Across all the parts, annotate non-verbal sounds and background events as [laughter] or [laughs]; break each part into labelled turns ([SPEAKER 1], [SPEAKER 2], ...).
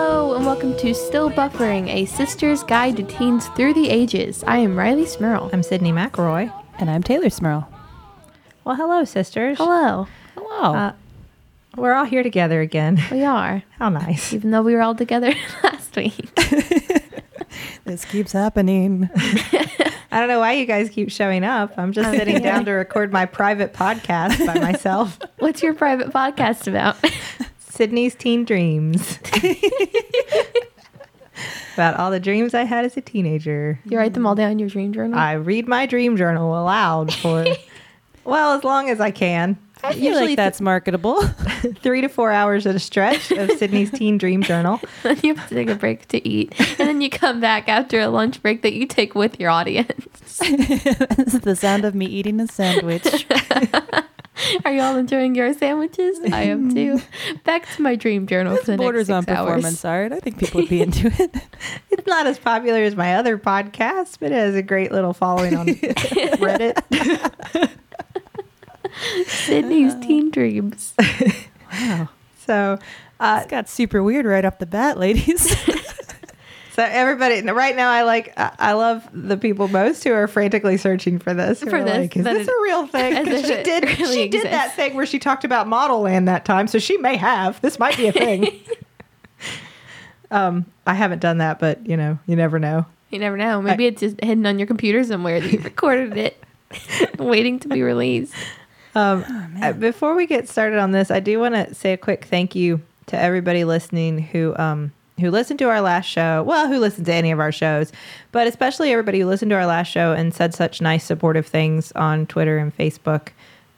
[SPEAKER 1] welcome to Still Buffering, a sister's guide to teens through the ages. I am Riley Smurl.
[SPEAKER 2] I'm Sydney McElroy.
[SPEAKER 3] And I'm Taylor Smurl. Oh,
[SPEAKER 2] Well, hello, sisters.
[SPEAKER 1] Hello.
[SPEAKER 3] Hello.
[SPEAKER 2] Uh, we're all here together again. [laughs]
[SPEAKER 1] We are,
[SPEAKER 2] How nice.
[SPEAKER 1] even though we were all together [laughs] last week.
[SPEAKER 3] this keeps happening.
[SPEAKER 2] [laughs]
[SPEAKER 3] [laughs]
[SPEAKER 2] I don't know why you guys keep showing up. I'm just
[SPEAKER 3] [laughs]
[SPEAKER 2] sitting down to record my private podcast by myself
[SPEAKER 1] What's your private podcast about? [laughs]
[SPEAKER 2] Sydney's Teen
[SPEAKER 3] [laughs]
[SPEAKER 2] Dreams. [laughs] About all the dreams I had as a teenager.
[SPEAKER 1] You write them all down in your dream journal?
[SPEAKER 2] I read my dream journal aloud for, [laughs] well, as long as I can.
[SPEAKER 3] I feel
[SPEAKER 2] Usually
[SPEAKER 3] like that's marketable.
[SPEAKER 2] [laughs] three to four hours at a stretch of Sydney's Teen Dream Journal.
[SPEAKER 1] [laughs] then you have to take a break to eat, and then you come back after a lunch break that you take with your audience. [laughs]
[SPEAKER 3] this is [laughs] the sound of me eating a [laughs] sandwich.
[SPEAKER 1] Are you all enjoying your sandwiches? I am
[SPEAKER 3] [laughs]
[SPEAKER 1] too. Back to my dream journal for the
[SPEAKER 3] Borders on
[SPEAKER 1] next six hours.
[SPEAKER 3] performance art. I think people would be into [laughs] it.
[SPEAKER 2] It's not as popular as my other podcast, but it has a great little following [laughs] on Reddit.
[SPEAKER 1] [laughs] Sydney's
[SPEAKER 3] Uh.
[SPEAKER 1] teen dreams.
[SPEAKER 3] Wow.
[SPEAKER 2] So, uh,
[SPEAKER 3] It got super weird right off the bat, ladies.
[SPEAKER 2] so everybody right now, I like I I love the people most who are frantically searching for this. who
[SPEAKER 1] For
[SPEAKER 2] are
[SPEAKER 1] this,
[SPEAKER 2] Like, is
[SPEAKER 1] that
[SPEAKER 2] this
[SPEAKER 1] it-
[SPEAKER 2] a real thing?
[SPEAKER 1] as
[SPEAKER 2] 'Cause
[SPEAKER 1] if
[SPEAKER 2] She
[SPEAKER 1] it
[SPEAKER 2] did.
[SPEAKER 1] really
[SPEAKER 2] she did that
[SPEAKER 1] exists.
[SPEAKER 2] thing where she talked about model land that time, so she may have. This might be
[SPEAKER 1] [laughs]
[SPEAKER 2] a thing. um, I haven't done that, but you know, you never know.
[SPEAKER 1] You never know. Maybe it's just hidden on your computer somewhere that you recorded it, [laughs] waiting to be released.
[SPEAKER 2] Um,
[SPEAKER 3] Oh,
[SPEAKER 2] uh, before we get started on this, I do want to say a quick thank you to everybody listening who um, who listened to our last show. Well, who listened to any of our shows, but especially everybody who listened to our last show and said such nice, supportive things on Twitter and Facebook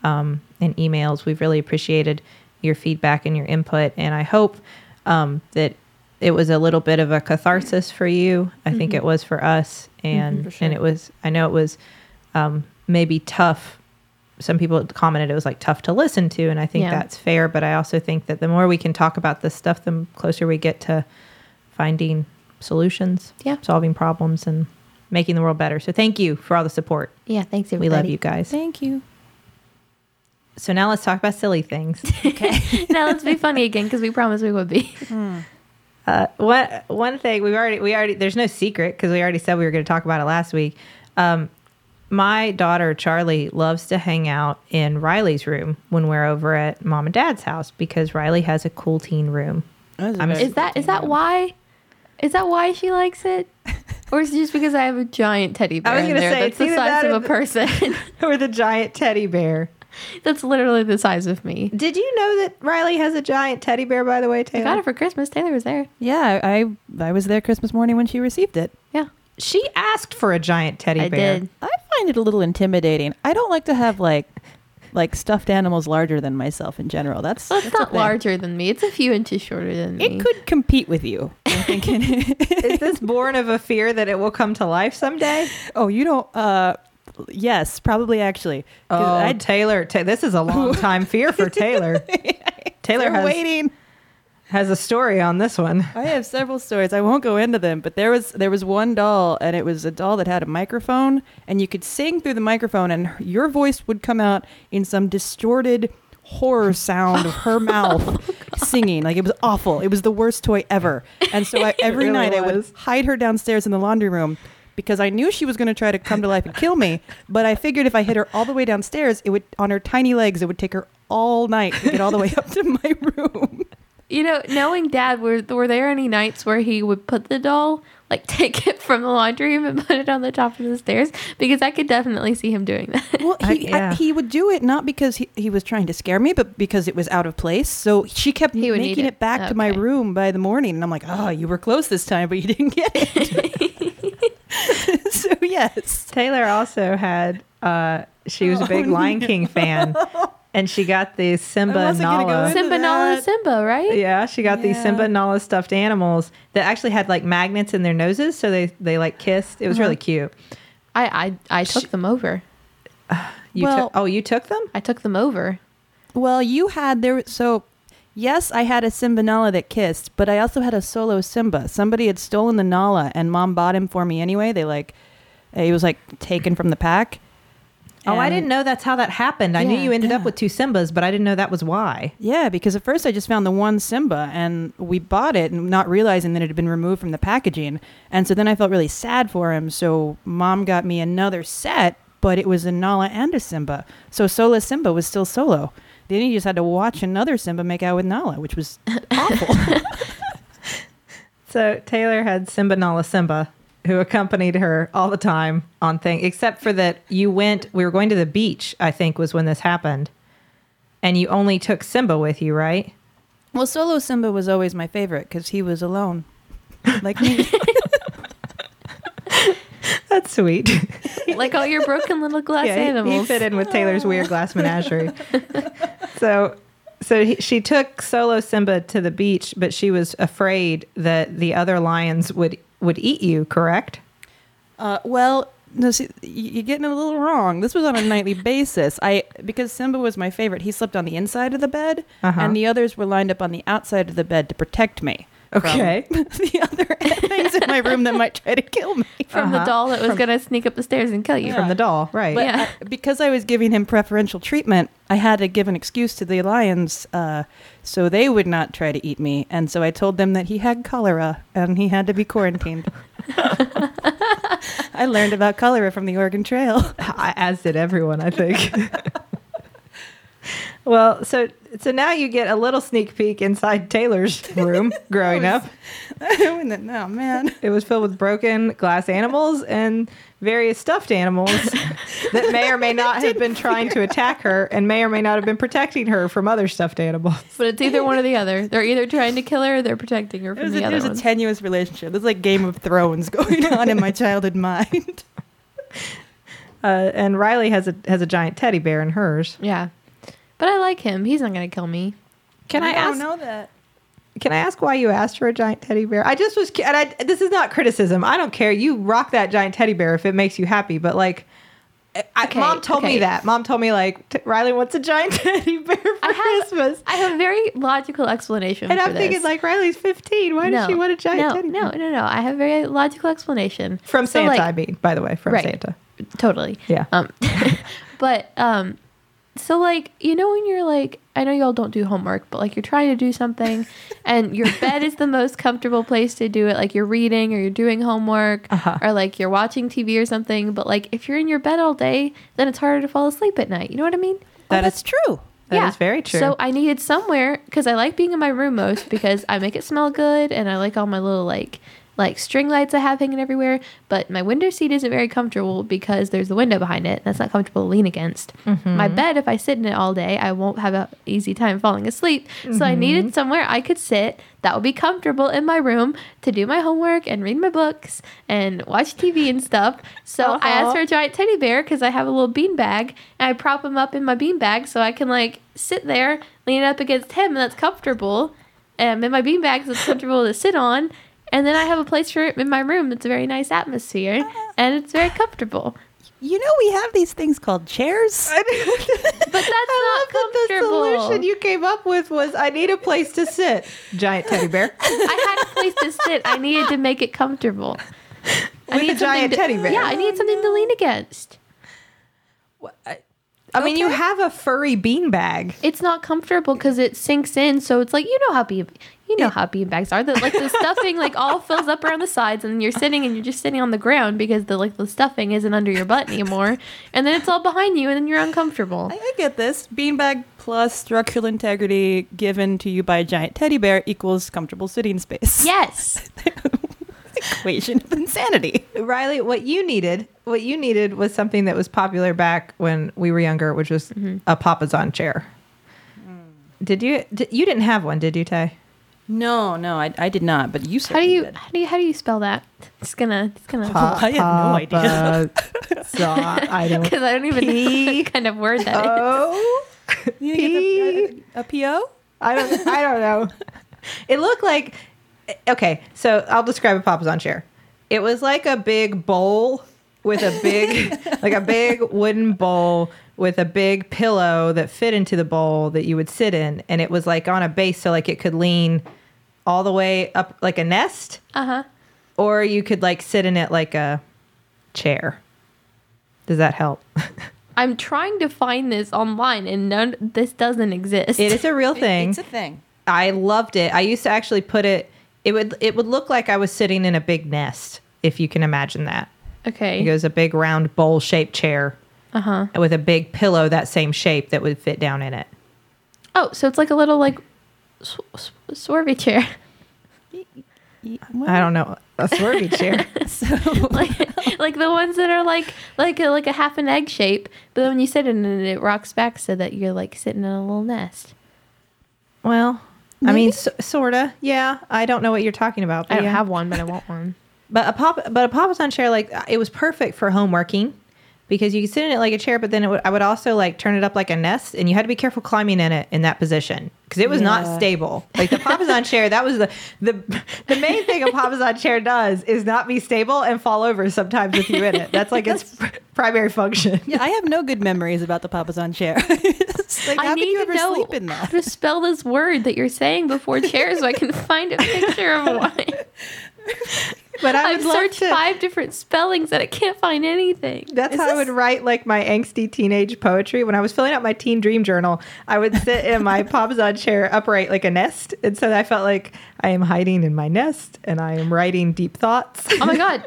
[SPEAKER 2] um, and emails. We've really appreciated your feedback and your input, and I hope um, that it was a little bit of a catharsis for you. I think it was for us, and
[SPEAKER 3] Mm-hmm. for sure.
[SPEAKER 2] and it was. I know it was um, maybe tough some people commented it was like tough to listen to and i think
[SPEAKER 1] Yeah.
[SPEAKER 2] that's fair but i also think that the more we can talk about this stuff the closer we get to finding solutions
[SPEAKER 1] Yeah.
[SPEAKER 2] solving problems and making the world better so thank you for all the support
[SPEAKER 1] Yeah, thanks
[SPEAKER 2] we
[SPEAKER 1] everybody.
[SPEAKER 2] love you guys
[SPEAKER 3] [laughs] Thank you.
[SPEAKER 2] so now let's talk about silly things
[SPEAKER 1] now let's be funny again because we promised we would
[SPEAKER 2] [laughs]
[SPEAKER 1] be.
[SPEAKER 2] Uh, one one thing we've already we already there's no secret because we already said we were going to talk about it last week. Um, my daughter Charlie loves to hang out in Riley's room when we're over at mom and dad's house because Riley has a cool teen room. I'm-
[SPEAKER 1] Is that is that why? Is that why she likes it?
[SPEAKER 2] [laughs]
[SPEAKER 1] Or is it just because I have a giant teddy bear
[SPEAKER 2] was
[SPEAKER 1] in
[SPEAKER 2] gonna
[SPEAKER 1] there
[SPEAKER 2] say,
[SPEAKER 1] that's
[SPEAKER 2] it's
[SPEAKER 1] the
[SPEAKER 2] either
[SPEAKER 1] size
[SPEAKER 2] that
[SPEAKER 1] of
[SPEAKER 2] or
[SPEAKER 1] a
[SPEAKER 2] the- [laughs]
[SPEAKER 1] person?
[SPEAKER 2] or the giant teddy bear.
[SPEAKER 1] that's literally the size of me.
[SPEAKER 2] Did you know that Riley has a giant teddy bear? By the way,
[SPEAKER 1] I got
[SPEAKER 2] Taylor.
[SPEAKER 1] it for Christmas. Taylor was there.
[SPEAKER 3] Yeah, I I was there Christmas morning when she received it.
[SPEAKER 1] Yeah,
[SPEAKER 2] She asked for a giant teddy
[SPEAKER 1] I
[SPEAKER 2] bear.
[SPEAKER 1] did.
[SPEAKER 3] I find it a little intimidating. I don't like to have like like stuffed animals larger than myself in general. That's
[SPEAKER 1] Well, it's
[SPEAKER 3] that's a
[SPEAKER 1] not
[SPEAKER 3] thing.
[SPEAKER 1] larger than me. It's a few inches shorter than me.
[SPEAKER 3] It could compete with [laughs] you. I'm thinking.
[SPEAKER 2] Is
[SPEAKER 1] [laughs]
[SPEAKER 2] this born of a fear that it will come to life someday?
[SPEAKER 3] Oh, you don't. Uh, yes, probably actually. 'Cause
[SPEAKER 2] Oh,
[SPEAKER 3] I'd-
[SPEAKER 2] Taylor, ta- this is a long time
[SPEAKER 1] [laughs]
[SPEAKER 2] fear for Taylor. Taylor
[SPEAKER 3] they're
[SPEAKER 2] has,
[SPEAKER 3] waiting.
[SPEAKER 2] has a story on this one.
[SPEAKER 3] I have several stories. I won't go into them, but there was there was one doll, and it was a doll that had a microphone, and you could sing through the microphone, and her- your voice would come out in some distorted horror sound of
[SPEAKER 2] [laughs]
[SPEAKER 3] her
[SPEAKER 2] Oh
[SPEAKER 3] mouth singing. Like it was awful. It was the worst toy ever. And so
[SPEAKER 2] [laughs]
[SPEAKER 3] I, every
[SPEAKER 2] really
[SPEAKER 3] night I would
[SPEAKER 2] was.
[SPEAKER 3] hide her downstairs in the laundry room. Because I knew she was going to try to come to life and kill me, but I figured if I hit her all the way downstairs, it would on her tiny legs, it would take her all night to get all the way [laughs] up to my room.
[SPEAKER 1] You know, knowing Dad, were were there any nights where he would put the doll, like [laughs] take it from the laundry room and put it on the top of the stairs? Because I could definitely see him doing that.
[SPEAKER 3] Well,
[SPEAKER 2] I-
[SPEAKER 3] he, I-
[SPEAKER 2] yeah.
[SPEAKER 3] he would do it not because he, he was trying to scare me, but because it was out of place. So she kept
[SPEAKER 1] He would
[SPEAKER 3] making
[SPEAKER 1] need
[SPEAKER 3] it.
[SPEAKER 1] it.
[SPEAKER 3] back to my
[SPEAKER 1] Okay.
[SPEAKER 3] room by the morning. And I'm like, oh, you were close this time, but you didn't get it. [laughs] so, yes.
[SPEAKER 2] Taylor also had, uh, she was a big Lion King fan, and she got the Simba
[SPEAKER 3] Oh, I
[SPEAKER 2] and
[SPEAKER 3] wasn't gonna go
[SPEAKER 2] Nala.
[SPEAKER 3] into
[SPEAKER 1] [laughs] Simba Nala
[SPEAKER 3] that.
[SPEAKER 1] Simba, right?
[SPEAKER 2] Yeah, she got these
[SPEAKER 3] Yeah.
[SPEAKER 2] Simba and Nala stuffed animals that actually had like magnets in their noses, so they they like kissed. It was
[SPEAKER 3] Uh-huh.
[SPEAKER 2] really cute.
[SPEAKER 1] I I, I took them over.
[SPEAKER 2] You
[SPEAKER 3] Well-
[SPEAKER 2] took, oh, you took them?
[SPEAKER 1] I took them
[SPEAKER 2] [laughs]
[SPEAKER 1] over.
[SPEAKER 3] Well, you had there. So, yes, I had a Simba Nala that kissed, but I also had a solo Simba. Somebody had stolen the Nala, and mom bought him for me anyway. They like, he was like taken from the pack.
[SPEAKER 2] Oh, I
[SPEAKER 3] And-
[SPEAKER 2] didn't know that's how that happened. I knew
[SPEAKER 3] Yeah,
[SPEAKER 2] you ended up
[SPEAKER 3] yeah.
[SPEAKER 2] with two Simbas, but I didn't know that was why.
[SPEAKER 3] Yeah, because at first I just found the one Simba and we bought it and not realizing that it had been removed from the packaging. And so then I felt really sad for him. So mom got me another set, but it was a Nala and a Simba. So Solo Simba was still solo. Then you just had to watch another Simba make out with Nala, which was awful. [laughs]
[SPEAKER 2] So Taylor had Simba Nala Simba, who accompanied her all the time on thing, except for that you went. We were going to the beach. I think was when this happened, and you only took Simba with you, right?
[SPEAKER 3] well, Solo Simba was always my favorite because he was alone, like me.
[SPEAKER 2] That's sweet.
[SPEAKER 1] like all your broken little glass
[SPEAKER 2] [laughs] yeah, he- He,
[SPEAKER 1] animals.
[SPEAKER 2] fit in with Taylor's weird glass menagerie. so, so he, she took solo Simba to the beach, but she was afraid that the other lions would would eat you. Correct?
[SPEAKER 3] Uh, well, no, see, y- you're getting it a little wrong. This was on
[SPEAKER 2] [laughs]
[SPEAKER 3] a nightly basis. I because Simba was my favorite. He slept on the inside of the bed,
[SPEAKER 2] Uh-huh.
[SPEAKER 3] and the others were lined up on the outside of the bed to protect me. [laughs] from
[SPEAKER 2] Okay.
[SPEAKER 3] the other [laughs] things in my room that might try to kill me.
[SPEAKER 1] from
[SPEAKER 2] Uh-huh.
[SPEAKER 1] the doll that was gonna sneak up the stairs and kill you.
[SPEAKER 2] From the doll, right?
[SPEAKER 3] But
[SPEAKER 1] Yeah.
[SPEAKER 3] I- because I was giving him preferential treatment, I had to give an excuse to the lions uh, so they would not try to eat me. And so I told them that he had cholera and he had to
[SPEAKER 2] [laughs]
[SPEAKER 3] be quarantined. [laughs] I learned about cholera from the Oregon Trail.
[SPEAKER 2] I- [laughs] as did everyone, I think. [laughs] well, so so now you get a little sneak peek inside [laughs] Taylor's room growing up.
[SPEAKER 3] [laughs] Doing that now, oh, [laughs] man.
[SPEAKER 2] It was filled with broken glass animals and various stuffed [laughs] animals that may or may not have been trying to attack her and may or may not have been protecting her from other stuffed animals.
[SPEAKER 1] [laughs] But it's either one or the other. They're either trying to kill her or they're protecting her
[SPEAKER 3] It
[SPEAKER 1] from
[SPEAKER 3] was, a,
[SPEAKER 1] the
[SPEAKER 3] it
[SPEAKER 1] other
[SPEAKER 3] was a
[SPEAKER 1] ones.
[SPEAKER 3] tenuous relationship. There's like Game of Thrones [laughs] going on in my childhood [laughs] mind.
[SPEAKER 2] Uh, and Riley has a has a giant teddy bear in hers.
[SPEAKER 1] yeah. But I like him. He's not gonna kill me.
[SPEAKER 2] Can I, ask?
[SPEAKER 3] know that.
[SPEAKER 2] Can I ask why you asked for a giant teddy bear? I just was, cu- and I, this is not criticism. I don't care. You rock that giant teddy bear if it makes you happy. But like, I,
[SPEAKER 1] Okay,
[SPEAKER 2] mom told me
[SPEAKER 1] okay.
[SPEAKER 2] that. Mom told me like "T- Riley wants a giant [laughs] teddy bear for
[SPEAKER 1] I have-
[SPEAKER 2] Christmas,
[SPEAKER 1] I have a very logical explanation.
[SPEAKER 2] and
[SPEAKER 1] for
[SPEAKER 2] I'm thinking
[SPEAKER 1] this.
[SPEAKER 2] like Riley's 15. Why does she want a giant
[SPEAKER 1] no,
[SPEAKER 2] teddy? bear?
[SPEAKER 1] No, no, no. I have a very logical explanation.
[SPEAKER 2] From
[SPEAKER 1] So,
[SPEAKER 2] Santa,
[SPEAKER 1] like,
[SPEAKER 2] I mean, by the way, from
[SPEAKER 1] Right.
[SPEAKER 2] Santa.
[SPEAKER 1] totally.
[SPEAKER 2] Yeah.
[SPEAKER 1] Um, [laughs] but um, so like you know when you're like I know y'all don't do homework, but like you're trying to do
[SPEAKER 2] [laughs]
[SPEAKER 1] something, and your bed is the most comfortable place to do it. Like you're reading or you're doing homework
[SPEAKER 2] Uh-huh.
[SPEAKER 1] or like you're watching TV or something. But like if you're in your bed all day, then it's harder to fall asleep at night. You know what I mean?
[SPEAKER 2] That
[SPEAKER 3] That
[SPEAKER 2] is-
[SPEAKER 3] is true.
[SPEAKER 2] That is very true. [laughs]
[SPEAKER 1] So I needed somewhere because I like being in my room most because I make it smell good and I like all my little like like string lights I have hanging everywhere. But my window seat isn't very comfortable because there's the window behind it. That's not comfortable to lean against.
[SPEAKER 2] Mm-hmm.
[SPEAKER 1] My bed, if I sit in it all day, I won't have an easy time falling asleep. So I
[SPEAKER 2] Mm-hmm.
[SPEAKER 1] needed somewhere I could sit that would be comfortable in my room to do my homework and read my books and watch TV and stuff. So I asked
[SPEAKER 2] Uh-huh.
[SPEAKER 1] for a giant teddy bear because I have a little bean bag and I prop him up in my bean bag so I can like sit there, lean up against him, and that's comfortable. Um, in my bean bag, so it's comfortable to sit on. And then I have a place for it in my room that's a very nice atmosphere
[SPEAKER 2] Uh-huh.
[SPEAKER 1] and it's very comfortable.
[SPEAKER 3] You know we have these things called chairs.
[SPEAKER 1] But that's not
[SPEAKER 2] the
[SPEAKER 1] comfortable.
[SPEAKER 2] solution you came up with was I need a place to sit. Giant teddy
[SPEAKER 1] [laughs]
[SPEAKER 2] bear.
[SPEAKER 1] I had a place to sit. I needed to make it comfortable.
[SPEAKER 2] [laughs] With a
[SPEAKER 1] something
[SPEAKER 2] giant
[SPEAKER 1] to-
[SPEAKER 2] teddy bear.
[SPEAKER 1] Yeah, I need something to lean against.
[SPEAKER 2] I mean, you have a furry beanbag.
[SPEAKER 1] It's not comfortable because it sinks in. So it's like you know how bean, you know how bean bags are. That like the stuffing like all fills up around the sides, and then you're sitting and you're just sitting on the ground because the like the stuffing isn't under your butt anymore, and then it's all behind you, and then you're uncomfortable.
[SPEAKER 3] I, I get this. Beanbag plus structural integrity given to you by a giant teddy bear equals comfortable sitting space.
[SPEAKER 2] [laughs]
[SPEAKER 1] Yes,
[SPEAKER 3] [laughs] Equation of insanity.
[SPEAKER 2] Riley, what you needed, what you needed was something that was popular back when we were younger, which was
[SPEAKER 3] Mm-hmm.
[SPEAKER 2] a Papa's on chair.
[SPEAKER 3] Mm.
[SPEAKER 2] Did you? Did, you didn't have one, did you, Tay?
[SPEAKER 3] No, no, I, I did not. But you
[SPEAKER 1] how do
[SPEAKER 3] certainly
[SPEAKER 1] you
[SPEAKER 3] did.
[SPEAKER 1] how do you how do you spell that? It's gonna it's [laughs] gonna
[SPEAKER 3] [laughs] I have no [laughs] idea. [laughs]
[SPEAKER 2] [laughs] I don't.
[SPEAKER 1] because I don't even know what kind of word that is.
[SPEAKER 2] [laughs] Oh,
[SPEAKER 3] You didn't get the- a, a PO?
[SPEAKER 2] I don't. I don't know. [laughs] It looked like. Okay, so I'll describe a Papa's on chair. It was like a big bowl with a [laughs] big, like a big wooden bowl with a big pillow that fit into the bowl that you would sit in, and it was like on a base, so like it could lean all the way up like a nest,
[SPEAKER 1] Uh huh.
[SPEAKER 2] or you could like sit in it like a chair. Does that help? [laughs]
[SPEAKER 1] I'm trying to find this online, and none. This doesn't exist.
[SPEAKER 2] It is a real thing.
[SPEAKER 3] it's a thing.
[SPEAKER 2] I loved it. I used to actually put it. It would it would look like I was sitting in a big nest, if you can imagine that.
[SPEAKER 1] okay.
[SPEAKER 2] It goes a big round bowl shaped chair
[SPEAKER 1] uh huh.
[SPEAKER 2] with a big pillow that same shape that would fit down in it.
[SPEAKER 1] Oh, so it's like a little like sw- sw- swervy chair.
[SPEAKER 2] I don't know a swervy chair.
[SPEAKER 1] [laughs] like like the ones that are like like a, like a half an egg shape, but then when you sit in it, it rocks back so that you're like sitting in a little nest.
[SPEAKER 2] Well, I mean, s sorta. Yeah, I don't know what you're talking about.
[SPEAKER 1] I don't
[SPEAKER 2] yeah.
[SPEAKER 1] have one, but I want one.
[SPEAKER 2] But a pop, but a pop-a-ton chair, like uh, it was perfect for home working because you could sit in it like a chair, but then it would, I would also like turn it up like a nest, and you had to be careful climbing in it in that position because it was
[SPEAKER 3] Yeah.
[SPEAKER 2] not stable. Like the pop-a-ton chair, that was the the the main thing a pop-a-ton chair does is not be stable and fall over sometimes with you in it. That's like its primary function.
[SPEAKER 3] Yeah, I have no good memories about the Papasan chair. [laughs] It's [laughs] like,
[SPEAKER 1] I
[SPEAKER 3] how could
[SPEAKER 1] need
[SPEAKER 3] you
[SPEAKER 1] to
[SPEAKER 3] ever
[SPEAKER 1] know
[SPEAKER 3] sleep in
[SPEAKER 1] how
[SPEAKER 3] that?
[SPEAKER 1] to spell this word that you're saying
[SPEAKER 3] [laughs]
[SPEAKER 1] before chair, so I can find a picture of one.
[SPEAKER 2] But I would
[SPEAKER 1] I've
[SPEAKER 2] love
[SPEAKER 1] searched
[SPEAKER 2] to-
[SPEAKER 1] five different spellings and I can't find anything.
[SPEAKER 2] That's
[SPEAKER 3] Is
[SPEAKER 2] how I
[SPEAKER 3] this-
[SPEAKER 2] would write like my angsty teenage poetry. When I was filling out my teen dream journal, I would sit in
[SPEAKER 3] [laughs]
[SPEAKER 2] my Pobzon chair upright like a nest. And so I felt like I am hiding in my nest and I am writing deep
[SPEAKER 3] [laughs]
[SPEAKER 2] thoughts.
[SPEAKER 1] [laughs] Oh my god,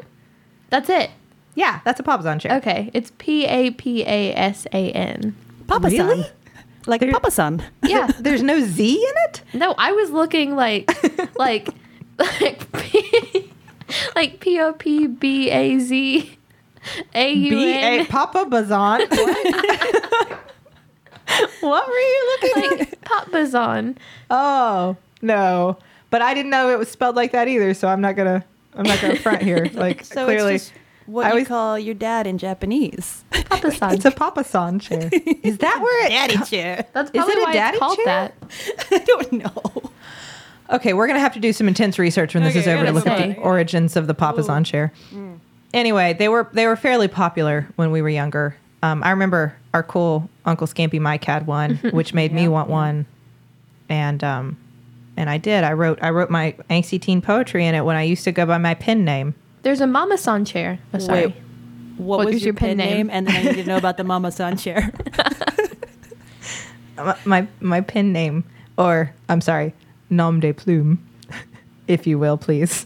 [SPEAKER 1] that's it.
[SPEAKER 2] yeah, that's a Pobzon chair.
[SPEAKER 1] Okay, it's P A P A S A N.
[SPEAKER 3] Papasan.
[SPEAKER 2] Really?
[SPEAKER 3] Like
[SPEAKER 2] There-
[SPEAKER 3] [laughs] Papasan.
[SPEAKER 1] Yeah.
[SPEAKER 2] Uh, There's no Z in
[SPEAKER 3] [laughs]
[SPEAKER 2] it?
[SPEAKER 1] No, I was looking
[SPEAKER 2] [laughs]
[SPEAKER 1] like like like [laughs] P like P O P B A Z A U
[SPEAKER 2] B A
[SPEAKER 1] N
[SPEAKER 2] Papa
[SPEAKER 3] [laughs]
[SPEAKER 2] Bazan. what were you looking at?
[SPEAKER 1] like Pop Bazon.
[SPEAKER 2] Oh, no. But I didn't know it was spelled like that either, so I'm not gonna I'm not gonna front
[SPEAKER 3] [laughs]
[SPEAKER 2] here. Like
[SPEAKER 3] So
[SPEAKER 2] clearly
[SPEAKER 3] it's just what
[SPEAKER 2] I
[SPEAKER 3] you
[SPEAKER 2] always-
[SPEAKER 3] call your dad in [laughs] Japanese.
[SPEAKER 1] Papa San.
[SPEAKER 2] it's a Papa San
[SPEAKER 3] [laughs]
[SPEAKER 2] chair. Is that where it
[SPEAKER 3] chair.
[SPEAKER 1] That's
[SPEAKER 2] Is
[SPEAKER 1] probably
[SPEAKER 2] it a
[SPEAKER 1] why
[SPEAKER 2] daddy
[SPEAKER 1] it's called
[SPEAKER 2] chair?
[SPEAKER 1] that.
[SPEAKER 3] I don't know.
[SPEAKER 2] Okay, we're gonna have to do some intense research when this
[SPEAKER 3] Okay, Mm.
[SPEAKER 2] is over to
[SPEAKER 1] gotta
[SPEAKER 2] look
[SPEAKER 1] say.
[SPEAKER 2] up the origins of the Papasan chair. Anyway, they were they were fairly popular when we were younger. Um, I remember our cool Uncle Scampy Mike had
[SPEAKER 3] [laughs]
[SPEAKER 2] one, which made me want one, and um, and I did. I wrote I wrote my angsty teen poetry in it when I used to go by my pen name.
[SPEAKER 1] There's a Mama San chair. Oh, sorry.
[SPEAKER 3] Wait, what, was, your, pen, name? And then I need to know [laughs] about the Mama San chair.
[SPEAKER 2] My Uh, my, my pen name, or I'm sorry, nom de plume, [laughs] if you will, please,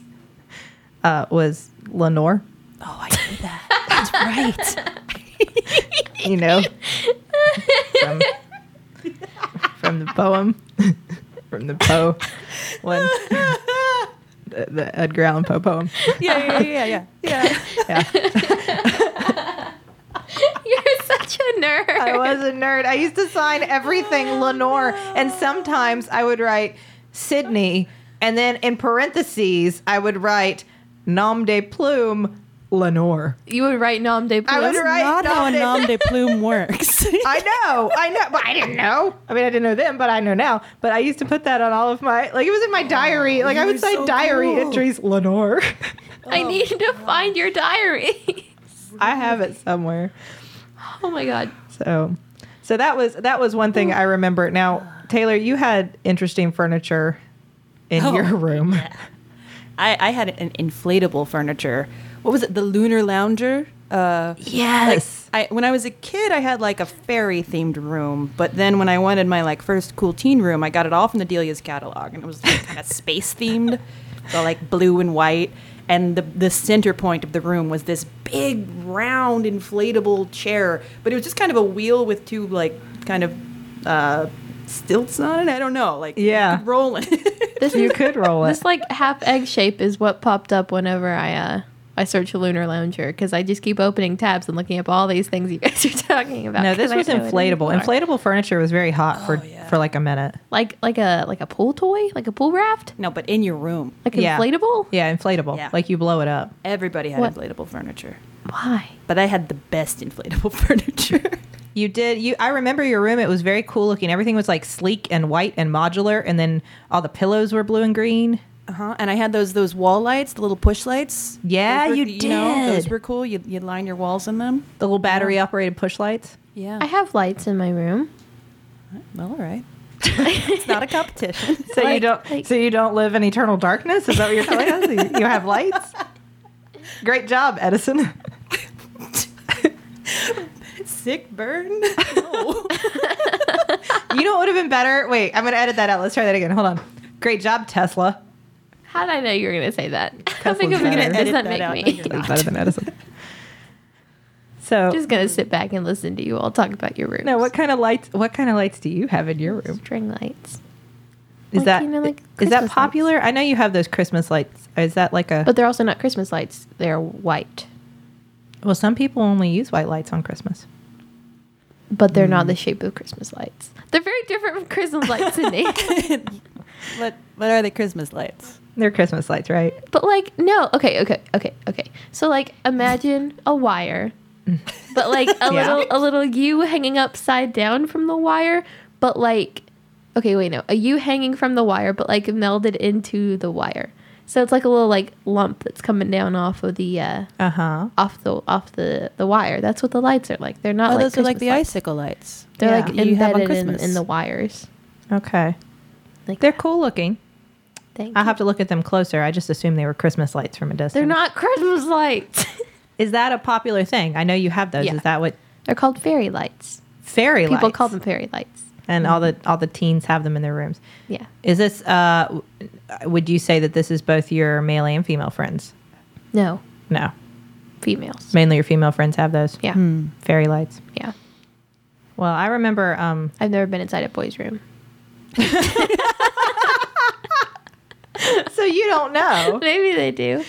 [SPEAKER 2] [laughs] uh, was Lenore.
[SPEAKER 3] Oh, I knew that. That's [laughs] right.
[SPEAKER 2] you
[SPEAKER 3] [laughs]
[SPEAKER 2] know, from, from the [laughs] poem, from the Poe one, [laughs] the, the Edgar Allan Poe poem.
[SPEAKER 3] Yeah, yeah, yeah, yeah. Yeah.
[SPEAKER 2] Yeah,
[SPEAKER 1] [laughs] You're such a nerd.
[SPEAKER 2] I was a nerd. I used to sign everything Lenore, and sometimes I would write Sydney, and then in parentheses I would write nom de plume Lenore.
[SPEAKER 1] You would write nom de
[SPEAKER 2] I would
[SPEAKER 1] plume.
[SPEAKER 2] write- Right,
[SPEAKER 3] Not how a
[SPEAKER 2] nothing.
[SPEAKER 3] nom de [laughs] plume
[SPEAKER 2] [laughs]
[SPEAKER 3] works.
[SPEAKER 2] I know, I know, but I didn't know. I mean, I didn't know then, but I know now. But I used to put that on all of my, like, it was in my diary. Like, I
[SPEAKER 3] you
[SPEAKER 2] would
[SPEAKER 3] were
[SPEAKER 2] sign
[SPEAKER 3] so
[SPEAKER 2] diary
[SPEAKER 3] cool.
[SPEAKER 2] entries, Lenore. [laughs]
[SPEAKER 1] I need to
[SPEAKER 2] Oh.
[SPEAKER 1] find your diary. [laughs]
[SPEAKER 2] I have it somewhere.
[SPEAKER 1] oh my god.
[SPEAKER 2] So, so that was that was one thing I remember. Now, Taylor, you had interesting furniture in
[SPEAKER 3] Oh,
[SPEAKER 2] your room.
[SPEAKER 3] I, I had an inflatable furniture. What was it? The Lunar Lounger? Uh,
[SPEAKER 2] Yes.
[SPEAKER 3] I, when I was a kid, I had like a fairy themed room, but then when I wanted my like first cool teen room, I got it all from the Delia's catalog, and it was like, kind of space themed, [laughs] so like blue and white. And the the center point of the room was this big round inflatable chair, but it was just kind of a wheel with two like kind of uh, stilts on it. I don't know, like
[SPEAKER 2] Yeah.
[SPEAKER 3] rolling.
[SPEAKER 1] This
[SPEAKER 2] you
[SPEAKER 1] is
[SPEAKER 2] could roll
[SPEAKER 1] [laughs]
[SPEAKER 2] it.
[SPEAKER 1] This like half egg shape is what popped up whenever I uh I search Lunar Lounger because I just keep opening tabs and looking up all these things you [laughs] guys are talking about.
[SPEAKER 2] No, this
[SPEAKER 1] 'cause I
[SPEAKER 2] was
[SPEAKER 1] know what they
[SPEAKER 2] inflatable.
[SPEAKER 1] are.
[SPEAKER 2] Inflatable furniture was very hot for for like a minute.
[SPEAKER 1] like like a like a pool toy, like a pool raft,
[SPEAKER 3] [laughs] no, but in your room,
[SPEAKER 1] like
[SPEAKER 2] Yeah.
[SPEAKER 1] inflatable.
[SPEAKER 2] Yeah, inflatable.
[SPEAKER 3] Yeah.
[SPEAKER 2] Like you blow it up.
[SPEAKER 3] everybody had
[SPEAKER 1] What?
[SPEAKER 3] inflatable furniture,
[SPEAKER 1] Why?
[SPEAKER 3] but I had the best [laughs] inflatable furniture.
[SPEAKER 2] You did. You. I remember your room. It was very cool looking. Everything was like sleek and white and modular, and then all the pillows were blue and green.
[SPEAKER 3] Uh-huh. And I had those those wall lights, the little push lights.
[SPEAKER 2] Yeah,
[SPEAKER 3] Those were-
[SPEAKER 2] you
[SPEAKER 3] those
[SPEAKER 2] did.
[SPEAKER 3] were cool. You'd, you'd line your walls in them.
[SPEAKER 2] The little battery operated push lights.
[SPEAKER 3] Yeah.
[SPEAKER 1] I have lights in my room.
[SPEAKER 3] well, all right. it's not a competition.
[SPEAKER 2] [laughs] So you
[SPEAKER 1] Like-
[SPEAKER 2] don't.
[SPEAKER 1] like-
[SPEAKER 2] so you don't live in eternal darkness. Is that what you're telling us? You- You
[SPEAKER 1] [laughs]
[SPEAKER 2] have lights. Great job, Edison.
[SPEAKER 3] sick burn?
[SPEAKER 2] [laughs] You know what would have been better? Wait, I'm going to edit that out. Let's try that again. Hold on. Great job, Tesla.
[SPEAKER 1] How did I know you were going to say that? [laughs] I
[SPEAKER 2] Tesla's
[SPEAKER 1] think I'm
[SPEAKER 2] better.
[SPEAKER 1] going to
[SPEAKER 2] We're gonna
[SPEAKER 1] does
[SPEAKER 3] edit
[SPEAKER 1] not
[SPEAKER 3] that
[SPEAKER 1] make
[SPEAKER 3] out. No,
[SPEAKER 1] me. [laughs]
[SPEAKER 3] you're not.
[SPEAKER 2] It's better than Edison. So,
[SPEAKER 1] just going to sit back and listen to you all talk about your room.
[SPEAKER 2] no,
[SPEAKER 1] [laughs]
[SPEAKER 2] what kind of lights? What kind of lights do you have in your room?
[SPEAKER 1] string lights?
[SPEAKER 2] Is
[SPEAKER 1] Like,
[SPEAKER 2] that
[SPEAKER 1] you know, like
[SPEAKER 2] is that
[SPEAKER 1] Christmas
[SPEAKER 2] popular? I know you have those Christmas lights. Is that like a?
[SPEAKER 1] But they're also not Christmas lights. They're white,
[SPEAKER 2] well, some people only use white lights on Christmas.
[SPEAKER 1] but they're
[SPEAKER 2] Mm.
[SPEAKER 1] not the shape of Christmas lights. They're very different from Christmas lights, [laughs]
[SPEAKER 2] [laughs]
[SPEAKER 1] Sydney.
[SPEAKER 3] what What are the Christmas lights?
[SPEAKER 2] They're Christmas lights, right?
[SPEAKER 1] But like, no, okay, okay, okay, okay. So like, imagine a wire, but like a
[SPEAKER 2] Yeah.
[SPEAKER 1] little a little U hanging upside down from the wire, but like, okay, wait, no, a U hanging from the wire, but like melded into the wire. So it's like a little like lump that's coming down off of the uh,
[SPEAKER 2] Uh huh.
[SPEAKER 1] off the off the the wire. That's what the lights are like. They're
[SPEAKER 3] Oh,
[SPEAKER 1] not like Christmas lights.
[SPEAKER 3] icicle lights.
[SPEAKER 1] They're
[SPEAKER 2] yeah,
[SPEAKER 1] like
[SPEAKER 3] you have on
[SPEAKER 1] embedded in,
[SPEAKER 3] Christmas.
[SPEAKER 1] in the wires.
[SPEAKER 2] Okay.
[SPEAKER 1] Like
[SPEAKER 2] They're cool looking.
[SPEAKER 1] Thank
[SPEAKER 2] I
[SPEAKER 1] you.
[SPEAKER 2] have to look at them closer. I just assumed they were Christmas lights from a distance.
[SPEAKER 1] They're not Christmas lights. [laughs]
[SPEAKER 2] Is that a popular thing? I know you have those.
[SPEAKER 1] Yeah.
[SPEAKER 2] Is that what
[SPEAKER 1] They're called fairy lights.
[SPEAKER 2] fairy lights?
[SPEAKER 1] People call them fairy lights.
[SPEAKER 2] and all the all the teens have them in their rooms.
[SPEAKER 1] Yeah.
[SPEAKER 2] Is this? Uh, w- would you say that this is both your male and female friends?
[SPEAKER 1] No,
[SPEAKER 2] No,
[SPEAKER 1] females.
[SPEAKER 2] mainly your female friends have those.
[SPEAKER 1] Yeah.
[SPEAKER 2] fairy lights.
[SPEAKER 1] Yeah.
[SPEAKER 2] Well, I remember.
[SPEAKER 1] [laughs]
[SPEAKER 2] Um,
[SPEAKER 1] I've never been inside a boy's room.
[SPEAKER 2] so you don't know.
[SPEAKER 1] Maybe they do.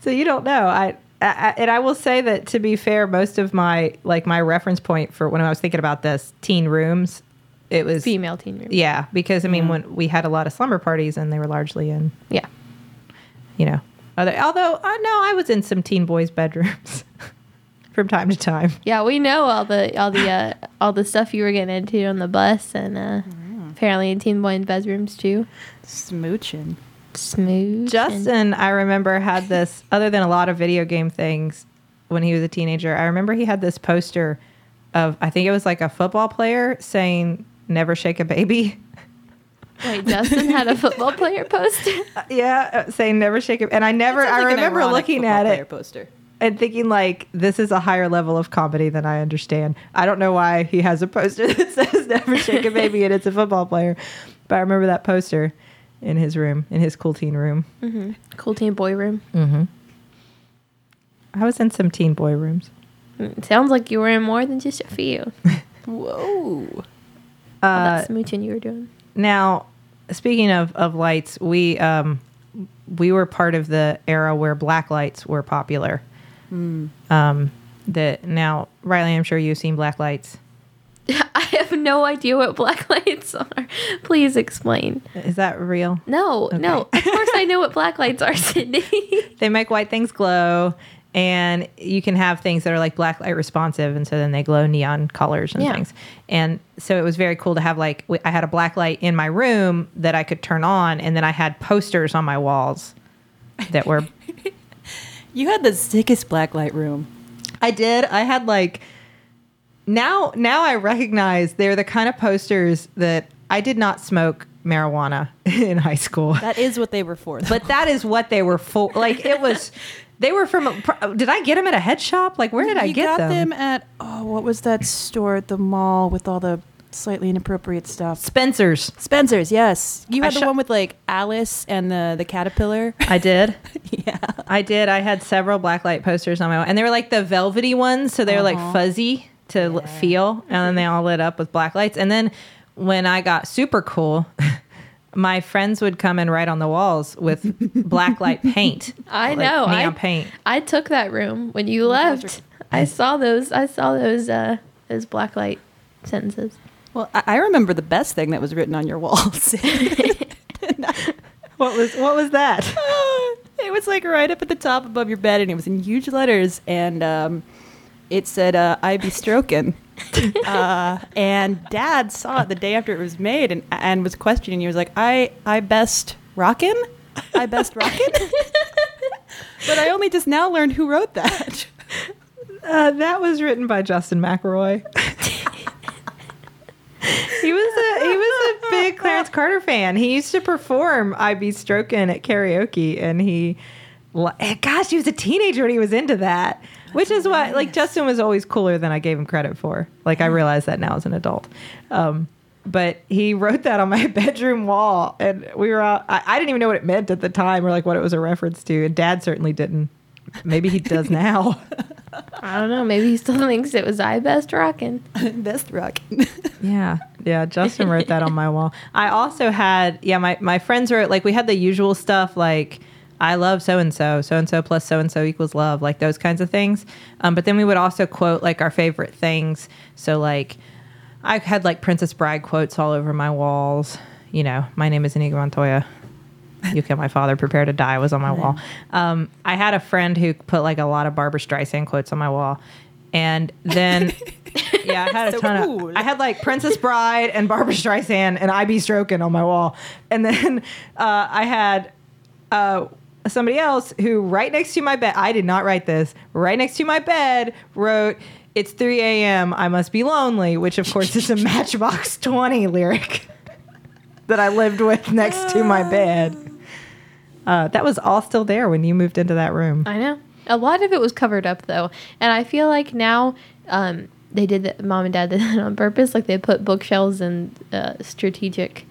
[SPEAKER 2] so you don't know. I, I, I and I will say that to be fair, most of my like my reference point for when I was thinking about this teen rooms, it was
[SPEAKER 1] Female teen room.
[SPEAKER 2] Yeah, because I mean, when we had a lot of slumber parties, and they were largely in
[SPEAKER 1] Yeah.
[SPEAKER 2] you know other. Although I know I was in some teen boys' bedrooms [laughs] from time to time.
[SPEAKER 1] Yeah, we know all the all the uh, [laughs] all the stuff you were getting into on the bus and uh,
[SPEAKER 2] Mm.
[SPEAKER 1] apparently in teen boy and bed rooms too.
[SPEAKER 3] Smooching.
[SPEAKER 1] Smooth. and-
[SPEAKER 2] Justin, I remember had this other than a lot of video game things when he was a teenager. I remember he had this poster of I think it was like a football player saying "Never shake a baby."
[SPEAKER 1] Wait, Justin had
[SPEAKER 2] [laughs]
[SPEAKER 1] a football player poster.
[SPEAKER 2] Yeah, uh, saying "Never shake a," and I never.
[SPEAKER 3] That sounds
[SPEAKER 2] I
[SPEAKER 3] like an
[SPEAKER 2] remember
[SPEAKER 3] ironic
[SPEAKER 2] looking
[SPEAKER 3] football
[SPEAKER 2] at
[SPEAKER 3] player
[SPEAKER 2] it
[SPEAKER 3] Poster.
[SPEAKER 2] and thinking like, "This is a higher level of comedy than I understand." I don't know why he has a poster [laughs] that says "Never shake a baby" and it's a football player, but I remember that poster in his room, in his cool teen room.
[SPEAKER 1] Cool teen boy room.
[SPEAKER 2] I was in some teen boy rooms.
[SPEAKER 1] It Mm, sounds like you were in more than just a few.
[SPEAKER 2] [laughs]
[SPEAKER 3] Whoa.
[SPEAKER 1] all
[SPEAKER 2] Uh,
[SPEAKER 1] that smooching you were doing.
[SPEAKER 2] Now, speaking of, of lights, we um, we were part of the era where black lights were popular.
[SPEAKER 3] Hmm.
[SPEAKER 2] Um, that now, Riley, I'm sure you've seen black lights.
[SPEAKER 1] [laughs] I have no idea what black [laughs] lights are. Please explain.
[SPEAKER 2] Is that real?
[SPEAKER 1] No, no. Of course I know what black lights are, [laughs] Sydney.
[SPEAKER 2] They make white things glow, and you can have things that are like black light responsive, and so then they glow neon colors and
[SPEAKER 1] Yeah.
[SPEAKER 2] things. And so it was very cool to have like we- I had a black light in my room that I could turn on, and then I had posters on my walls that were
[SPEAKER 3] You had the sickest blacklight room.
[SPEAKER 2] [laughs] I did. I had like now now I recognize they're the kind of posters that I did not smoke marijuana [laughs] in high school.
[SPEAKER 3] That is what they were for. though.
[SPEAKER 2] But that is what they were for. Like it was they were from a, did I get them at a head shop? Like where did I
[SPEAKER 3] you
[SPEAKER 2] get
[SPEAKER 3] got
[SPEAKER 2] them?
[SPEAKER 3] them? at oh, what was that store at the mall with all the slightly inappropriate stuff?
[SPEAKER 2] Spencer's.
[SPEAKER 3] Spencer's, yes. You
[SPEAKER 2] I
[SPEAKER 3] had the
[SPEAKER 2] sho-
[SPEAKER 3] one with like Alice and the
[SPEAKER 2] [laughs]
[SPEAKER 3] the caterpillar.
[SPEAKER 2] I did.
[SPEAKER 3] yeah.
[SPEAKER 2] I did. I had several blacklight posters on my wall, and they were like the velvety ones, so they were like fuzzy to l- feel, and then they all lit up with black lights. And then when I got super cool, [laughs] my friends would come and write on the walls with black light paint.
[SPEAKER 1] I
[SPEAKER 2] Like
[SPEAKER 1] know. I,
[SPEAKER 2] neon paint.
[SPEAKER 1] I took that room when you left. I saw those. I saw those. Uh, those blacklight sentences.
[SPEAKER 3] Well, I, I remember the best thing that was written on your [laughs] walls.
[SPEAKER 2] What was what was that?
[SPEAKER 3] Uh, it was like right up at the top above your bed, and it was in huge letters, and um, it said uh, "I be [laughs] stroking." uh, and Dad saw it the day after it was made, and and was questioning. He was like, "I I best rockin', I best [laughs] rockin'," but I only just now learned who wrote that. [laughs]
[SPEAKER 2] Uh, that was written by Justin McElroy. he was a he was a big Clarence Carter fan. He used to perform "I Be Strokin'" at karaoke, and he, li- eh, gosh, he was a teenager when he was into that. Which is why, like, Justin was always cooler than I gave him credit for. Like, I realize that now as an adult. Um, but he wrote that on my [laughs] bedroom wall, and we were all, I, I didn't even know what it meant at the time or like what it was a reference to, and dad certainly didn't. Maybe he does now.
[SPEAKER 1] I don't know. Maybe he still [laughs] thinks it was I best rocking.
[SPEAKER 3] Best rock.
[SPEAKER 2] Yeah. Yeah. Justin wrote that on my wall. [laughs] I also had, yeah, my, my friends wrote, like, we had the usual stuff, like, I love so and so, so and so plus so and so equals love, like those kinds of things. Um, but then we would also quote, like, our favorite things. So, like, I had, like, Princess Bride quotes all over my walls. You know, my name is Inigo Montoya. You killed my father, prepare to die was on my wall. Um, I had a friend who put, like, a lot of Barbara Streisand quotes on my wall. And
[SPEAKER 3] [laughs]
[SPEAKER 2] then. Yeah, I had a
[SPEAKER 3] So
[SPEAKER 2] ton
[SPEAKER 3] cool.
[SPEAKER 2] of. I had like Princess Bride and Barbara Streisand and IB Strokin on my wall, and then uh, I had uh, somebody else who right next to my bed. I did not write this. Right next to my bed wrote. It's 3 a.m. I must be lonely, which of course is a [laughs] Matchbox 20 lyric [laughs] that I lived with next to
[SPEAKER 3] [laughs]
[SPEAKER 2] my bed. Uh, that was all still there when you moved into that room.
[SPEAKER 1] I know. A lot of it was covered up though, and I feel like now um, they did that. Mom and Dad did that on purpose. Like they put bookshelves in uh, strategic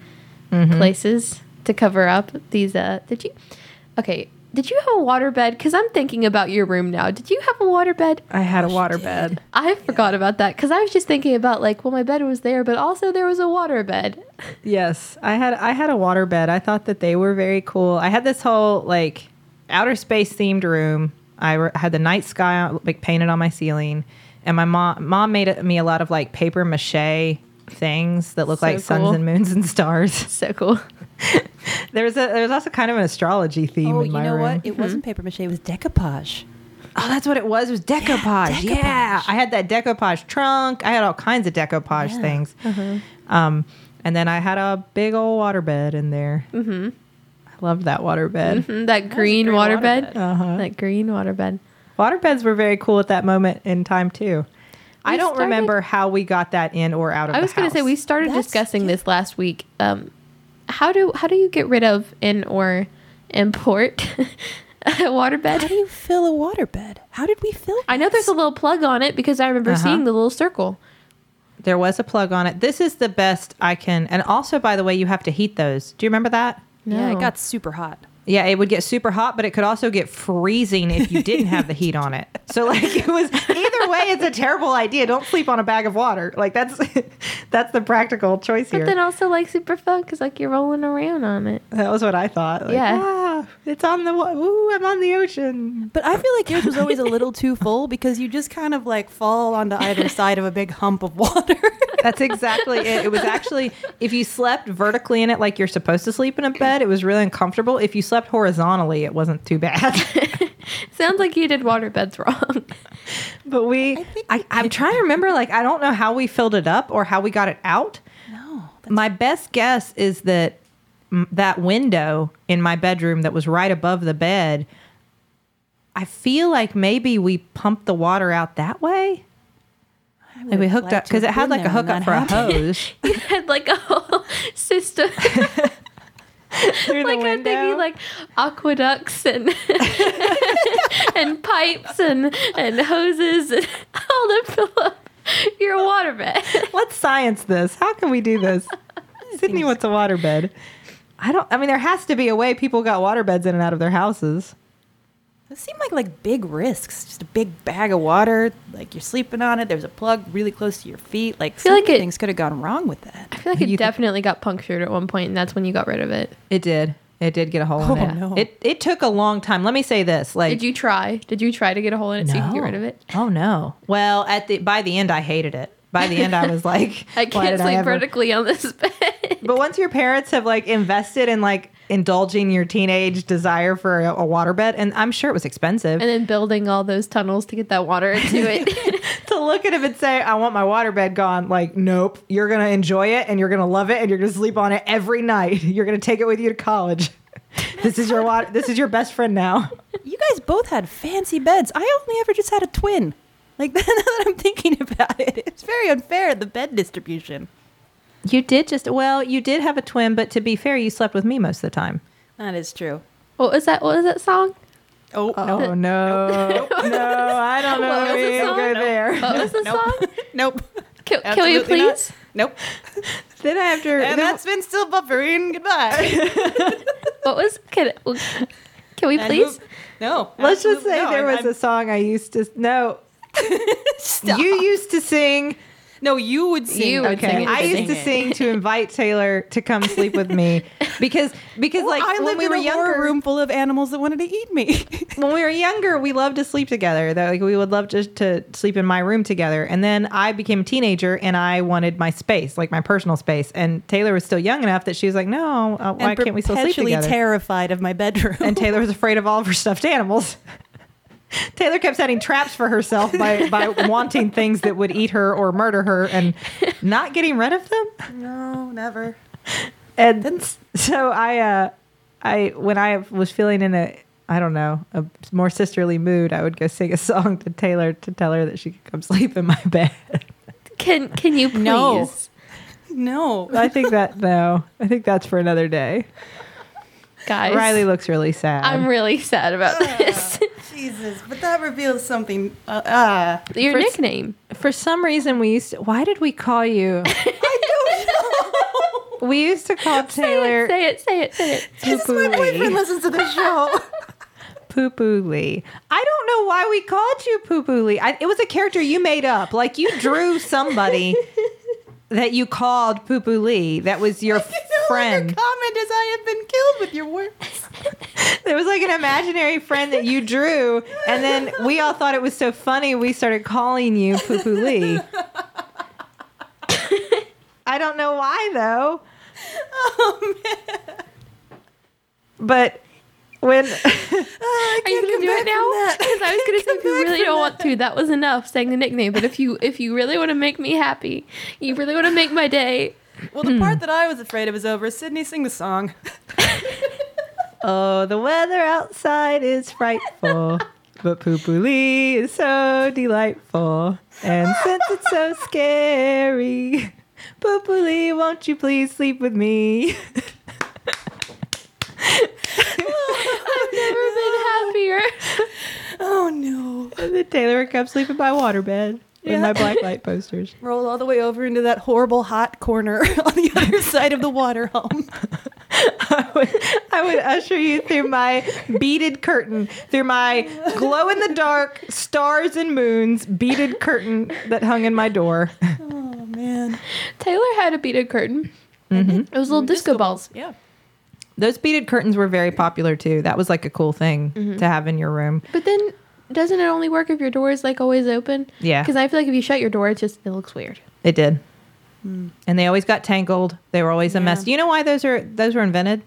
[SPEAKER 1] places to cover up these. Uh, did you? Okay. Did you have a waterbed? Because I'm thinking about your room now. Did you have a waterbed?
[SPEAKER 2] I had a water bed.
[SPEAKER 1] I forgot about that because I was just thinking about like, well, my bed was there, but also there was a waterbed. [laughs]
[SPEAKER 2] Yes, I had I had a water bed. I thought that they were very cool. I had this whole like outer space themed room. I re- had the night sky on- like painted on my ceiling, and my mom mom made it- me a lot of like paper mache things that look
[SPEAKER 1] So
[SPEAKER 2] like
[SPEAKER 1] cool.
[SPEAKER 2] suns and moons and stars. [laughs]
[SPEAKER 1] So cool.
[SPEAKER 2] there was a there was also kind of an astrology theme
[SPEAKER 3] oh,
[SPEAKER 2] in
[SPEAKER 3] you
[SPEAKER 2] my
[SPEAKER 3] know
[SPEAKER 2] room.
[SPEAKER 3] what? It wasn't paper mache. It was decoupage.
[SPEAKER 2] Oh, that's what it was. It was decoupage. Yeah,
[SPEAKER 3] decoupage.
[SPEAKER 2] I had that decoupage trunk. I had all kinds of decoupage
[SPEAKER 3] Yeah.
[SPEAKER 2] things.
[SPEAKER 1] Mm-hmm.
[SPEAKER 2] Um, and then I had a big old waterbed in there. Mm-hmm. I loved that waterbed.
[SPEAKER 1] Mm, that green,
[SPEAKER 3] green
[SPEAKER 1] waterbed.
[SPEAKER 3] waterbed.
[SPEAKER 2] Uh-huh.
[SPEAKER 1] That green waterbed.
[SPEAKER 2] Waterbeds were very cool at that moment in time too. I
[SPEAKER 1] We
[SPEAKER 2] don't
[SPEAKER 1] started-
[SPEAKER 2] remember how we got that in or out of.
[SPEAKER 1] I
[SPEAKER 2] the
[SPEAKER 1] was going to say
[SPEAKER 2] house.
[SPEAKER 1] we started
[SPEAKER 3] That's-
[SPEAKER 1] discussing this last week. Um, how do how do you get rid of and or import [laughs] a
[SPEAKER 3] How
[SPEAKER 1] waterbed?
[SPEAKER 3] do you fill a waterbed? How did we fill?
[SPEAKER 1] I know there's a little plug on it because I remember
[SPEAKER 2] Uh-huh.
[SPEAKER 1] seeing the little circle.
[SPEAKER 2] there was a plug on it. This is the best I can. And also, by the way, you have to heat those. Do you remember that?
[SPEAKER 3] Yeah,
[SPEAKER 1] No.
[SPEAKER 3] it got super hot.
[SPEAKER 2] Yeah, it would get super hot, but it could also get freezing if you didn't have the heat on it. So like it was either way, it's a terrible idea. Don't sleep on a bag of water. Like that's [laughs] that's the practical choice
[SPEAKER 1] But then
[SPEAKER 2] here.
[SPEAKER 1] also like super fun because like you're rolling around on it.
[SPEAKER 3] Uh,
[SPEAKER 2] That was what I thought. Like,
[SPEAKER 1] Yeah.
[SPEAKER 2] "Ah, it's on the wa- ooh, I'm on the ocean.
[SPEAKER 3] But I feel like yours was always a little too full because you just kind of like fall onto [laughs] either side of a big hump of [laughs] water.
[SPEAKER 2] That's exactly it. It was actually if you slept vertically in it like you're supposed to sleep in a bed, it was really uncomfortable. If you slept horizontally, it wasn't too bad.
[SPEAKER 1] Sounds like you did waterbeds wrong. [laughs]
[SPEAKER 2] But we, I
[SPEAKER 3] think
[SPEAKER 2] I,
[SPEAKER 3] we
[SPEAKER 2] I'm
[SPEAKER 3] did
[SPEAKER 2] trying to remember. Like I don't know how we filled it up or how we got it out.
[SPEAKER 3] no.
[SPEAKER 2] my best guess is that m- that window in my bedroom that was right above the bed I feel like maybe we pumped the water out that way. Like we hooked up because it had like a hookup for a
[SPEAKER 3] [laughs]
[SPEAKER 2] hose [laughs]
[SPEAKER 1] you had like a whole system.
[SPEAKER 2] through
[SPEAKER 1] like
[SPEAKER 2] the
[SPEAKER 1] I'm thinking
[SPEAKER 2] window.
[SPEAKER 1] like aqueducts and [laughs] and pipes and and hoses and [laughs] all to fill up your waterbed.
[SPEAKER 2] Let's science this. How can we do
[SPEAKER 3] [laughs]
[SPEAKER 2] this? Sydney wants a waterbed. I don't. I mean, there has to be a way people got waterbeds in and out of their houses.
[SPEAKER 3] It seemed like like big risks. Just a big bag of water. Like you're sleeping on it. There's a plug really close to your feet. Like,
[SPEAKER 1] feel
[SPEAKER 3] so
[SPEAKER 1] like
[SPEAKER 3] many
[SPEAKER 1] it-
[SPEAKER 3] things could have gone wrong with that.
[SPEAKER 1] I feel like it
[SPEAKER 2] You think-
[SPEAKER 1] definitely got punctured at one point, and that's when you got rid of it.
[SPEAKER 2] It did. It did get a hole in
[SPEAKER 3] Oh,
[SPEAKER 2] it.
[SPEAKER 3] no.
[SPEAKER 2] It it took a long time. Let me say this. Like
[SPEAKER 1] Did you try? Did you try to get a hole in it so you can get rid of it?
[SPEAKER 2] Oh no. Well, at the by the end, I hated it. By the end, I was like,
[SPEAKER 1] [laughs] I
[SPEAKER 2] why
[SPEAKER 1] can't
[SPEAKER 2] did
[SPEAKER 1] sleep
[SPEAKER 2] ever-
[SPEAKER 1] vertically on this [laughs] bed.
[SPEAKER 2] [laughs] But once your parents have like invested in like indulging your teenage desire for a, a waterbed, and I'm sure it was expensive
[SPEAKER 1] And then building all those tunnels to get that water into [laughs] it.
[SPEAKER 2] [laughs] to look at him and say, "I want my waterbed gone." Like, nope. You're gonna enjoy it, and you're gonna love it, and you're gonna sleep on it every night. [laughs] You're gonna take it with you to college. [laughs] this is your water. This is your best friend now.
[SPEAKER 3] You guys both had fancy beds. I only ever just had a twin. Like [laughs] now that I'm thinking about it, it's very unfair the bed distribution.
[SPEAKER 2] You did just well. You did have a twin, but to be fair, you slept with me most of the time.
[SPEAKER 3] That is true. [laughs]
[SPEAKER 1] what was that? What was that song?
[SPEAKER 3] Oh, [laughs]
[SPEAKER 2] Oh no, no! I don't know.
[SPEAKER 1] What was
[SPEAKER 2] we
[SPEAKER 1] the
[SPEAKER 2] ain't
[SPEAKER 1] song?
[SPEAKER 2] go there.
[SPEAKER 1] What was the
[SPEAKER 3] Nope.
[SPEAKER 1] song?
[SPEAKER 3] Nope.
[SPEAKER 1] Can, can we
[SPEAKER 3] Absolutely not.
[SPEAKER 1] please?
[SPEAKER 3] Nope.
[SPEAKER 2] [laughs] Then after,
[SPEAKER 3] And
[SPEAKER 2] then,
[SPEAKER 3] that's been still buffering. Goodbye.
[SPEAKER 1] What was? Can, can we
[SPEAKER 3] And move-
[SPEAKER 1] please?
[SPEAKER 3] No.
[SPEAKER 2] let's just
[SPEAKER 3] absolutely-
[SPEAKER 2] say
[SPEAKER 3] no,
[SPEAKER 2] there
[SPEAKER 3] I'm-
[SPEAKER 2] was a song I used to [laughs] no. You used to sing.
[SPEAKER 3] I'm- No, you would sing.
[SPEAKER 1] You would
[SPEAKER 2] Okay,
[SPEAKER 1] sing it.
[SPEAKER 2] I used to
[SPEAKER 1] Sing it.
[SPEAKER 2] sing to invite Taylor to come sleep with me because because like
[SPEAKER 3] I
[SPEAKER 2] when
[SPEAKER 3] lived
[SPEAKER 2] we
[SPEAKER 3] in
[SPEAKER 2] were
[SPEAKER 3] a
[SPEAKER 2] younger,
[SPEAKER 3] horror room full of animals that wanted to eat me.
[SPEAKER 2] when we were younger, we loved to sleep together. That like we would love just to sleep in my room together. And then I became a teenager, and I wanted my space, like my personal space. And Taylor was still young enough that she was like, "No, uh, why can't we still sleep
[SPEAKER 3] perpetually
[SPEAKER 2] together?"
[SPEAKER 3] terrified of my bedroom.
[SPEAKER 2] and Taylor was afraid of all of her stuffed animals. [laughs] Taylor kept setting traps for herself by,
[SPEAKER 3] [laughs]
[SPEAKER 2] by wanting things that would eat her or murder her and not getting rid of them.
[SPEAKER 3] no, never.
[SPEAKER 2] And so I, uh, I when I was feeling in a, I don't know, a more sisterly mood, I would go sing a song to Taylor to tell her that she could come sleep in my
[SPEAKER 3] [laughs]
[SPEAKER 2] bed.
[SPEAKER 1] Can Can you please?
[SPEAKER 3] No. [laughs] No.
[SPEAKER 2] I think that no, I think that's for another day.
[SPEAKER 1] guys.
[SPEAKER 2] Riley looks really sad.
[SPEAKER 1] I'm really sad about
[SPEAKER 3] Ah.
[SPEAKER 1] this. [laughs]
[SPEAKER 3] Jesus, but that reveals something. Uh, uh.
[SPEAKER 1] Your
[SPEAKER 2] Fritz-
[SPEAKER 1] nickname.
[SPEAKER 2] for some reason, we used. To, why did we call you?
[SPEAKER 3] I don't know.
[SPEAKER 2] We used to call Taylor.
[SPEAKER 1] Say it. Say it. Say it. Say it.
[SPEAKER 3] Because my boyfriend listens to the [laughs] show.
[SPEAKER 2] Poopoo Lee. I don't know why we called you Poopoo Lee. I, it was a character you made up. Like you drew somebody that you called Poopoo Lee. That was
[SPEAKER 3] [laughs]
[SPEAKER 2] your
[SPEAKER 3] Your
[SPEAKER 2] friend.
[SPEAKER 3] comment is I have been killed with your words.
[SPEAKER 2] [laughs] There was like an imaginary friend that you drew, and then we all thought it was so funny we started calling you Poopoo
[SPEAKER 3] [laughs]
[SPEAKER 2] Lee. I don't know why though.
[SPEAKER 3] Oh, man. Ah,
[SPEAKER 2] But when [laughs]
[SPEAKER 1] Are
[SPEAKER 3] I
[SPEAKER 1] you
[SPEAKER 3] can't
[SPEAKER 1] gonna
[SPEAKER 3] come
[SPEAKER 1] do it [laughs]
[SPEAKER 3] back
[SPEAKER 1] now?
[SPEAKER 3] from that.
[SPEAKER 1] Because I
[SPEAKER 3] [laughs]
[SPEAKER 1] was gonna say if you
[SPEAKER 3] back
[SPEAKER 1] really
[SPEAKER 3] from
[SPEAKER 1] don't want to, that was enough saying the nickname. But if you if you really want to make me happy, you really want to make my
[SPEAKER 3] [laughs]
[SPEAKER 1] day.
[SPEAKER 3] Well, the
[SPEAKER 2] Hmm.
[SPEAKER 3] part that I was afraid of is over. Sydney, sing the song.
[SPEAKER 2] [laughs] Oh, the weather outside is
[SPEAKER 3] [laughs]
[SPEAKER 2] frightful, but Poopoo Lee is so delightful. And since it's
[SPEAKER 3] [laughs]
[SPEAKER 2] so scary, Poopoo Lee, won't you please sleep with me? [laughs]
[SPEAKER 1] I've never been happier.
[SPEAKER 3] Oh, no.
[SPEAKER 2] And then Taylor would come sleep in my waterbed with my black light posters. [laughs]
[SPEAKER 3] Roll all the way over into that horrible hot corner [laughs] on the other side of the water home.
[SPEAKER 2] I would, I would usher you through my beaded curtain, through my glow in the dark stars and moons beaded curtain that hung in my door.
[SPEAKER 3] Oh, man.
[SPEAKER 1] Taylor had a beaded curtain.
[SPEAKER 2] Mm-hmm.
[SPEAKER 1] It was
[SPEAKER 3] Mm,
[SPEAKER 1] little disco balls.
[SPEAKER 3] Yeah.
[SPEAKER 2] Those beaded curtains were very popular too. That was like a cool thing to have in your room.
[SPEAKER 1] But then, doesn't it only work if your door is like always open?
[SPEAKER 2] Yeah.
[SPEAKER 1] Because I feel like if you shut your door, it's just it looks weird.
[SPEAKER 2] It did. And they always got tangled. They were always a
[SPEAKER 3] Yeah.
[SPEAKER 2] mess. You know why those are those were invented?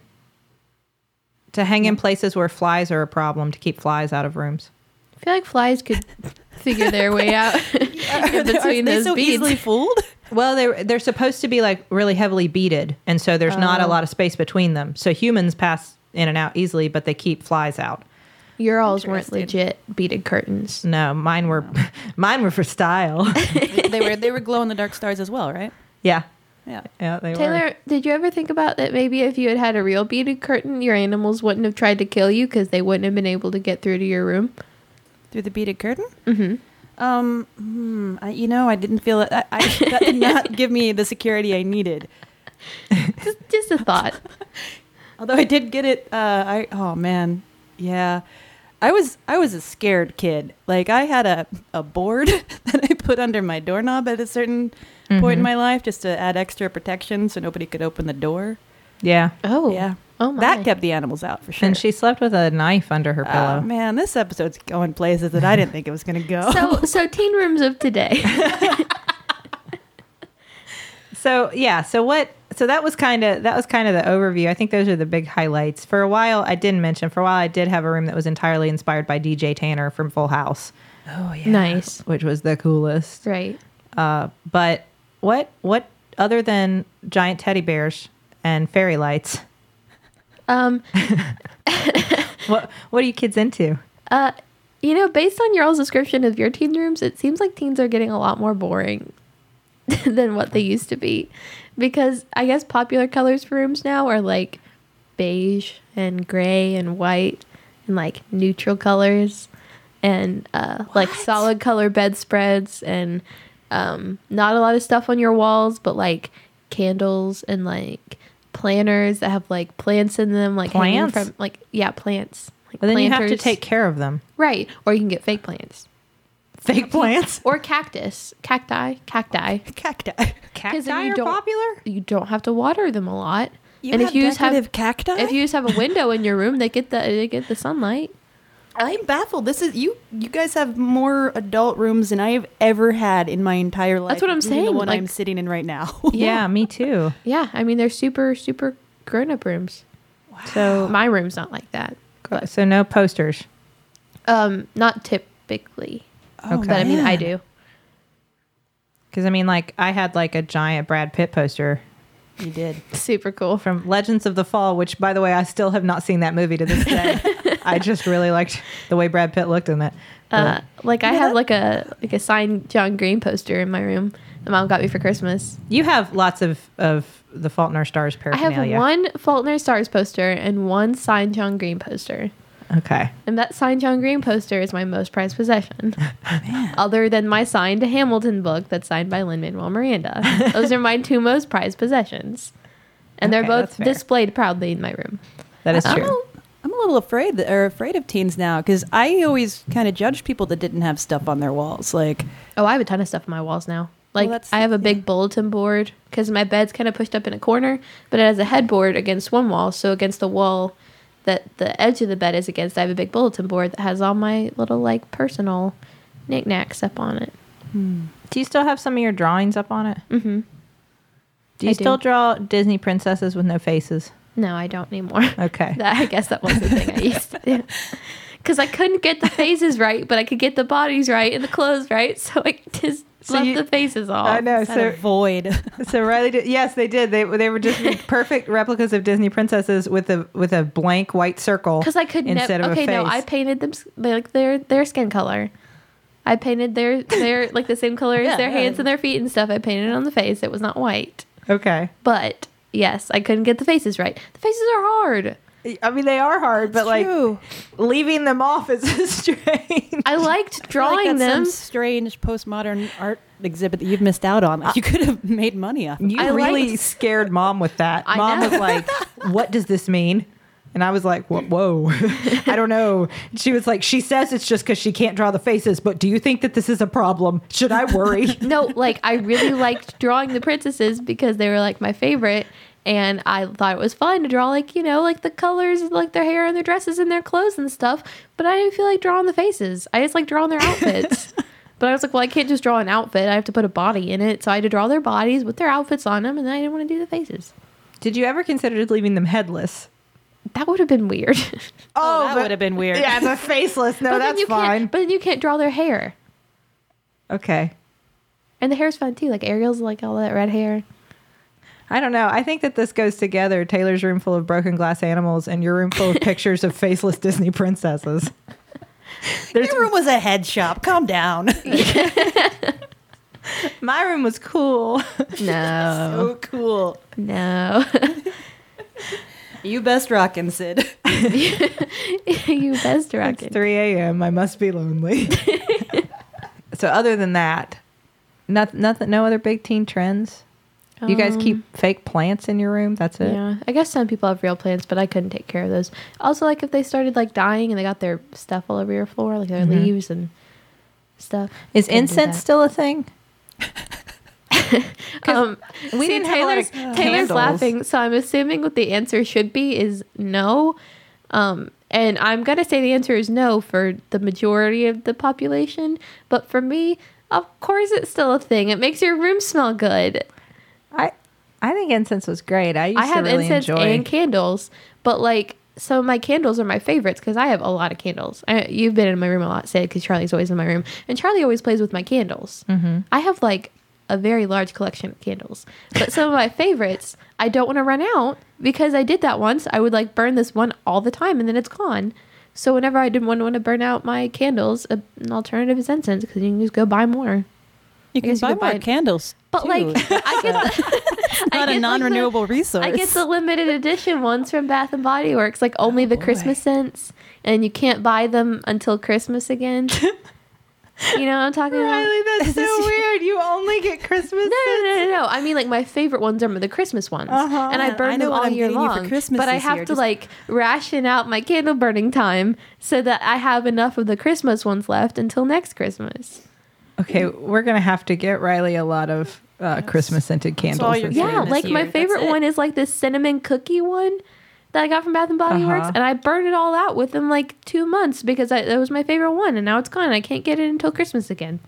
[SPEAKER 2] To hang in places where flies are a problem to keep flies out of rooms.
[SPEAKER 1] I feel like flies
[SPEAKER 3] [laughs]
[SPEAKER 1] could figure their way out in between
[SPEAKER 3] [laughs] Are they
[SPEAKER 1] those
[SPEAKER 3] so
[SPEAKER 1] beads.
[SPEAKER 3] easily fooled?
[SPEAKER 2] Well, they they're supposed to be like really heavily beaded, and so there's not a lot of space between them. So humans pass in and out easily, but they keep flies out.
[SPEAKER 1] Your alls weren't
[SPEAKER 3] Interesting.
[SPEAKER 1] legit beaded curtains.
[SPEAKER 2] No, mine were [laughs] mine were for style.
[SPEAKER 3] [laughs]
[SPEAKER 2] [laughs]
[SPEAKER 3] they were they were glow in the dark stars as well, right?
[SPEAKER 2] yeah.
[SPEAKER 3] Yeah.
[SPEAKER 2] Yeah, they were.
[SPEAKER 1] Taylor, did you ever think about that maybe if you had had a real beaded curtain, your animals wouldn't have tried to kill you because they wouldn't have been able to get through to your room?
[SPEAKER 3] Through the beaded curtain. Mm-hmm. Um, hmm, I, you know, I didn't feel it. I, I, that did [laughs] not give me the security I needed.
[SPEAKER 1] Just, just a thought.
[SPEAKER 3] Although I did get it. Uh, I oh man, yeah. I was I was a scared kid. Like I had a a board [laughs] that I put under my doorknob at a certain point in my life just to add extra protection so nobody could open the door.
[SPEAKER 2] Yeah.
[SPEAKER 1] Oh,
[SPEAKER 3] Yeah.
[SPEAKER 1] Oh my.
[SPEAKER 3] That kept the animals out for sure.
[SPEAKER 2] And she slept with a knife under her
[SPEAKER 3] Oh,
[SPEAKER 2] pillow.
[SPEAKER 3] man, this episode's going places that I didn't think it was going to go.
[SPEAKER 1] So, so teen rooms of today.
[SPEAKER 2] So yeah, so what? So that was kind of that was kind of the overview. I think those are the big highlights. For a while, I didn't mention. For a while, I did have a room that was entirely inspired by DJ Tanner from Full House,
[SPEAKER 3] oh yeah.
[SPEAKER 1] nice.
[SPEAKER 2] which was the coolest.
[SPEAKER 1] Right.
[SPEAKER 2] Uh, but what what other than giant teddy bears and fairy lights?
[SPEAKER 1] Um,
[SPEAKER 2] [laughs] What what are you kids into?
[SPEAKER 1] Uh, you know, based on your all's description of your teen rooms, it seems like teens are getting a lot more boring [laughs] than what they used to be. Because I guess popular colors for rooms now are like beige and gray and white and like neutral colors and uh, like solid color bedspreads and um, not a lot of stuff on your walls, but like candles and like planners that have like plants in them, like hanging
[SPEAKER 2] Plants?
[SPEAKER 1] from like yeah, plants. Like
[SPEAKER 2] But then you have to
[SPEAKER 1] planters.
[SPEAKER 2] take care of them.
[SPEAKER 1] right, or you can get fake plants
[SPEAKER 2] Fake
[SPEAKER 1] [laughs]
[SPEAKER 2] plants.
[SPEAKER 1] or cactus, cacti, cacti.
[SPEAKER 3] [laughs] Cacti.
[SPEAKER 1] Because then
[SPEAKER 2] Cacti
[SPEAKER 1] you
[SPEAKER 2] are
[SPEAKER 1] don't-
[SPEAKER 2] popular.
[SPEAKER 1] You don't have to water them a lot.
[SPEAKER 3] You
[SPEAKER 1] and
[SPEAKER 3] have
[SPEAKER 1] if you just have
[SPEAKER 3] decorative cacti.
[SPEAKER 1] if you just have a window in your room, they get the they get the sunlight.
[SPEAKER 3] I'm baffled. This is you. You guys have more adult rooms than I have ever had in my entire life.
[SPEAKER 1] That's what I'm
[SPEAKER 3] including
[SPEAKER 1] saying,
[SPEAKER 3] The one
[SPEAKER 1] like-
[SPEAKER 3] I'm sitting in right
[SPEAKER 1] [laughs]
[SPEAKER 3] now.
[SPEAKER 1] Yeah.
[SPEAKER 2] Yeah, me too.
[SPEAKER 1] Yeah, I mean they're super super grown up rooms.
[SPEAKER 2] So
[SPEAKER 1] My room's not like that. But,
[SPEAKER 2] so no posters.
[SPEAKER 1] um, not typically,
[SPEAKER 2] Okay.
[SPEAKER 1] but I mean I
[SPEAKER 3] Oh, man. [laughs]
[SPEAKER 1] do.
[SPEAKER 2] Because I mean, like I had like a giant Brad Pitt poster
[SPEAKER 3] You did.
[SPEAKER 1] Super cool.
[SPEAKER 2] from Legends of the Fall, which by the way, I still have not seen that movie to this
[SPEAKER 1] [laughs]
[SPEAKER 2] day. I just really liked the way Brad Pitt looked in it.
[SPEAKER 1] Uh,
[SPEAKER 2] But-
[SPEAKER 1] like I
[SPEAKER 3] Yeah,
[SPEAKER 1] have
[SPEAKER 3] that-
[SPEAKER 1] like a like a signed John Green poster in my room. My mom got me for Christmas.
[SPEAKER 2] you have lots of of the Fault in Our Stars
[SPEAKER 1] I have
[SPEAKER 2] paraphernalia.
[SPEAKER 1] one Fault in Our Stars poster and one signed John Green poster.
[SPEAKER 2] Okay.
[SPEAKER 1] And that signed John Green poster is my most prized
[SPEAKER 2] [laughs]
[SPEAKER 1] possession. Other than my signed Hamilton book that's signed by Lin Manuel Miranda. Those are my two most prized possessions. And
[SPEAKER 2] [laughs] Okay,
[SPEAKER 1] they're
[SPEAKER 2] that's
[SPEAKER 1] both
[SPEAKER 2] fair.
[SPEAKER 1] displayed proudly in my room.
[SPEAKER 2] That is
[SPEAKER 1] Uh-huh.
[SPEAKER 2] true.
[SPEAKER 1] Sure.
[SPEAKER 3] I'm a- I'm a little afraid that are afraid of teens now because I always kind of judged people that didn't have stuff on their walls. Like
[SPEAKER 1] Oh, I have a ton of stuff on my walls now. Like,
[SPEAKER 3] that's-
[SPEAKER 1] I have a big
[SPEAKER 3] yeah.
[SPEAKER 1] bulletin board because my bed's kind of pushed up in a corner, but it has a headboard against one wall. So, against the wall that the edge of the bed is against, I have a big bulletin board that has all my little, like, personal knickknacks up on it.
[SPEAKER 2] Do you still have some of your drawings up on it? Mm-hmm. Do you
[SPEAKER 1] I
[SPEAKER 2] still
[SPEAKER 1] do.
[SPEAKER 2] draw Disney princesses with no faces?
[SPEAKER 1] No, I don't anymore. [laughs]
[SPEAKER 2] Okay.
[SPEAKER 1] That, I guess that was the thing I used to do. [laughs] Because I couldn't get the faces right, but I could get the bodies right and the clothes right. [laughs] So I just
[SPEAKER 2] So
[SPEAKER 1] left
[SPEAKER 2] you-
[SPEAKER 1] the faces off.
[SPEAKER 2] I know.
[SPEAKER 3] is that
[SPEAKER 2] So,
[SPEAKER 3] a void.
[SPEAKER 2] [laughs] so Riley did. Yes, they did. They they were just perfect replicas of Disney princesses with a with a blank white circle.
[SPEAKER 1] Because I could
[SPEAKER 2] instead
[SPEAKER 1] never.
[SPEAKER 2] of a
[SPEAKER 1] Okay, no,
[SPEAKER 2] face.
[SPEAKER 1] I painted them s- like their their skin color. I painted their their like the same color as
[SPEAKER 3] Yeah,
[SPEAKER 1] their
[SPEAKER 3] yeah.
[SPEAKER 1] hands and their feet and stuff. I painted it on the face. It was not white,
[SPEAKER 2] Okay.
[SPEAKER 1] but yes, I couldn't get the faces right. The faces are hard.
[SPEAKER 2] I mean, they are hard, but like
[SPEAKER 3] True.
[SPEAKER 2] leaving them off is [laughs] a strain.
[SPEAKER 1] I liked
[SPEAKER 3] I feel like
[SPEAKER 1] drawing
[SPEAKER 3] that's
[SPEAKER 1] them.
[SPEAKER 3] Some strange postmodern art exhibit that you've missed out on. Like you could have [laughs] made money off. Of
[SPEAKER 2] You
[SPEAKER 1] I
[SPEAKER 2] really
[SPEAKER 1] liked-
[SPEAKER 2] scared mom with that.
[SPEAKER 1] I
[SPEAKER 2] mom
[SPEAKER 1] know.
[SPEAKER 2] was like, "What does this mean?" And I was like, "Wha- "Whoa, [laughs] I don't know." And She was like, "She says it's just because she can't draw the faces, but do you think that this is a problem? Should I worry?"
[SPEAKER 1] no, like I really liked drawing the princesses because they were like my favorite. And I thought it was fun to draw, like, you know, like the colors, like their hair and their dresses and their clothes and stuff. But I didn't feel like drawing the faces. I just like drawing their
[SPEAKER 2] [laughs]
[SPEAKER 1] outfits. but I was like, well, I can't just draw an outfit. I have to put a body in it. So I had to draw their bodies with their outfits on them. And I didn't want to do the faces.
[SPEAKER 2] Did you ever consider just leaving them headless?
[SPEAKER 1] That would have been weird. [laughs]
[SPEAKER 3] Oh, that would have been weird.
[SPEAKER 2] Yeah, but faceless. No,
[SPEAKER 1] but then
[SPEAKER 2] that's
[SPEAKER 1] you
[SPEAKER 2] fine.
[SPEAKER 1] Can't, but then you can't draw their hair.
[SPEAKER 2] Okay.
[SPEAKER 1] And the hair's fun too. Like Ariel's like all that red
[SPEAKER 2] [laughs]
[SPEAKER 1] hair.
[SPEAKER 2] I don't know. I think that this goes together. Taylor's room full of broken glass animals and your room
[SPEAKER 1] [laughs]
[SPEAKER 2] full of pictures of faceless Disney princesses. There's
[SPEAKER 3] Your room was a head shop. Calm down.
[SPEAKER 2] my room
[SPEAKER 1] [laughs]
[SPEAKER 2] was cool.
[SPEAKER 1] No. [laughs]
[SPEAKER 3] so cool.
[SPEAKER 1] no. [laughs]
[SPEAKER 3] You best rockin', Sid.
[SPEAKER 1] you best
[SPEAKER 2] It's
[SPEAKER 1] directed.
[SPEAKER 2] 3 a.m. I must
[SPEAKER 1] [laughs]
[SPEAKER 2] be lonely. so other than that, nothing, nothing, no other big teen trends. you guys
[SPEAKER 1] Um,
[SPEAKER 2] keep fake plants in your room. That's it.
[SPEAKER 1] Yeah, I guess some people have real plants, but I couldn't take care of those. Also, like if they started like dying and they got their stuff all over your floor, like their leaves and stuff.
[SPEAKER 2] Mm-hmm. Is
[SPEAKER 1] couldn't do
[SPEAKER 2] incense
[SPEAKER 1] that.
[SPEAKER 2] still a thing?
[SPEAKER 1] Um, we
[SPEAKER 2] we
[SPEAKER 1] see,
[SPEAKER 2] didn't have a lot
[SPEAKER 1] Taylor's,
[SPEAKER 2] of
[SPEAKER 1] Taylor's
[SPEAKER 2] candles.
[SPEAKER 1] laughing, so I'm assuming what the answer should be is no. Um, and I'm gonna say the answer is no for the majority of the population, but for me, of course, it's still a thing. It makes your room smell good.
[SPEAKER 2] I I think incense was great. I used
[SPEAKER 1] I have
[SPEAKER 2] to really
[SPEAKER 1] incense
[SPEAKER 2] enjoy.
[SPEAKER 1] and candles, but like so my candles are my favorites because I have a lot of candles. I, you've been in my room a lot, Sid, because Charlie's always in my room, and Charlie always plays with my candles. Mm-hmm. I have like a very large collection of candles, but some of my favorites I don't want to run out because I did that once. I would like burn this one all the time, and then it's gone. So whenever I didn't want to burn out my candles, a- an alternative is incense because you can just go buy more.
[SPEAKER 3] You can
[SPEAKER 1] guess you
[SPEAKER 3] buy
[SPEAKER 1] could buy
[SPEAKER 3] more
[SPEAKER 1] it.
[SPEAKER 3] candles.
[SPEAKER 1] But
[SPEAKER 3] too.
[SPEAKER 1] like, [laughs] I get the, I
[SPEAKER 3] not
[SPEAKER 1] get, like,
[SPEAKER 3] a
[SPEAKER 1] the-
[SPEAKER 3] non-renewable resource. Oh,
[SPEAKER 1] I get the limited edition ones from Bath and Body Works, like only the
[SPEAKER 3] boy.
[SPEAKER 1] Christmas scents, and you can't buy them until Christmas
[SPEAKER 3] [laughs]
[SPEAKER 1] again. you know what I'm talking about?
[SPEAKER 2] Riley, that's
[SPEAKER 1] [laughs]
[SPEAKER 2] so
[SPEAKER 3] This-
[SPEAKER 2] weird. You only get Christmas.
[SPEAKER 1] No, no, no, no, no. I mean, like my favorite ones are the Christmas ones,
[SPEAKER 2] Uh-huh.
[SPEAKER 1] and I
[SPEAKER 3] Man,
[SPEAKER 1] burn
[SPEAKER 3] I know
[SPEAKER 1] them
[SPEAKER 3] what
[SPEAKER 1] all
[SPEAKER 3] I'm
[SPEAKER 1] year
[SPEAKER 3] getting you for
[SPEAKER 1] long.
[SPEAKER 3] Christmas
[SPEAKER 1] but I
[SPEAKER 3] this
[SPEAKER 1] have
[SPEAKER 3] year,
[SPEAKER 1] to
[SPEAKER 3] just-
[SPEAKER 1] like ration out my candle burning time so that I have enough of the Christmas ones left until next Christmas.
[SPEAKER 2] Okay, we're gonna have to get Riley a lot of uh, Christmas scented
[SPEAKER 3] all
[SPEAKER 2] candles.
[SPEAKER 3] you're
[SPEAKER 2] this
[SPEAKER 3] getting
[SPEAKER 1] Yeah,
[SPEAKER 2] year.
[SPEAKER 3] this
[SPEAKER 1] like
[SPEAKER 3] year.
[SPEAKER 1] my
[SPEAKER 3] That's
[SPEAKER 1] favorite
[SPEAKER 3] it.
[SPEAKER 1] one is like this cinnamon cookie one that I got from Bath and Body Works,
[SPEAKER 2] Uh-huh.
[SPEAKER 1] and I burned it all out within like two months because I, that was my favorite one, and now it's gone. I can't get it until Christmas again.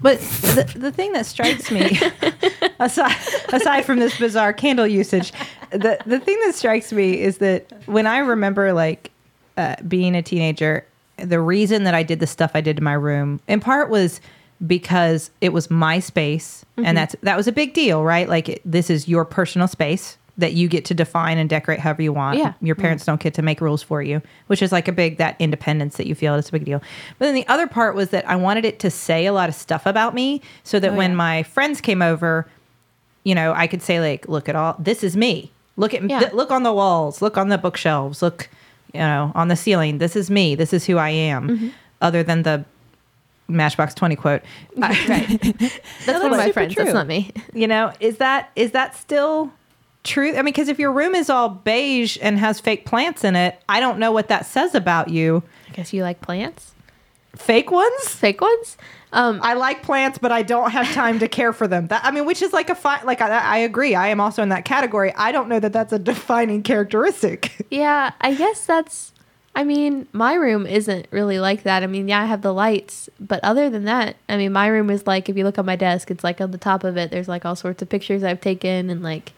[SPEAKER 2] But the, the thing that
[SPEAKER 1] [laughs]
[SPEAKER 2] strikes me, [laughs] aside, aside from this bizarre candle usage, the, the thing that strikes me is that when I remember like uh, being a teenager, the reason that I did the stuff I did in my room, in part was because it was my space,
[SPEAKER 3] Mm-hmm.
[SPEAKER 2] and that's that was a big deal, right? Like it, this is your personal space that you get to define and decorate however you want.
[SPEAKER 1] Yeah.
[SPEAKER 2] Your parents
[SPEAKER 3] Mm-hmm.
[SPEAKER 2] don't get to make rules for you, which is like a big that independence that you feel is a big deal. But then the other part was that I wanted it to say a lot of stuff about me so that
[SPEAKER 3] Oh,
[SPEAKER 2] when
[SPEAKER 3] yeah.
[SPEAKER 2] my friends came over, you know, I could say like, look at all this is me. Look at
[SPEAKER 1] Yeah.
[SPEAKER 2] th- look on the walls, look on the bookshelves, look, you know, on the ceiling. This is me. This is who I am. Other than the Matchbox 20 quote. I-
[SPEAKER 1] That's one
[SPEAKER 2] that's
[SPEAKER 1] of my
[SPEAKER 2] super
[SPEAKER 1] friends. That's
[SPEAKER 2] true.
[SPEAKER 1] not me.
[SPEAKER 2] you know is that is that still true i mean because if your room is all beige and has fake plants in it i don't know what that says about you
[SPEAKER 1] I guess you like plants,
[SPEAKER 2] fake ones
[SPEAKER 1] fake ones. Um,
[SPEAKER 2] i like plants but i don't have time to care for them that i mean which is like a fi- like I, I agree i am also in that category i don't know that that's a defining characteristic [laughs]
[SPEAKER 1] Yeah, I guess that's. I mean, my room isn't really like that. I mean, yeah, I have the lights, but other than that, I mean, my room is like if you look on my desk, it's like on the top of it. There's like all sorts of pictures I've taken and like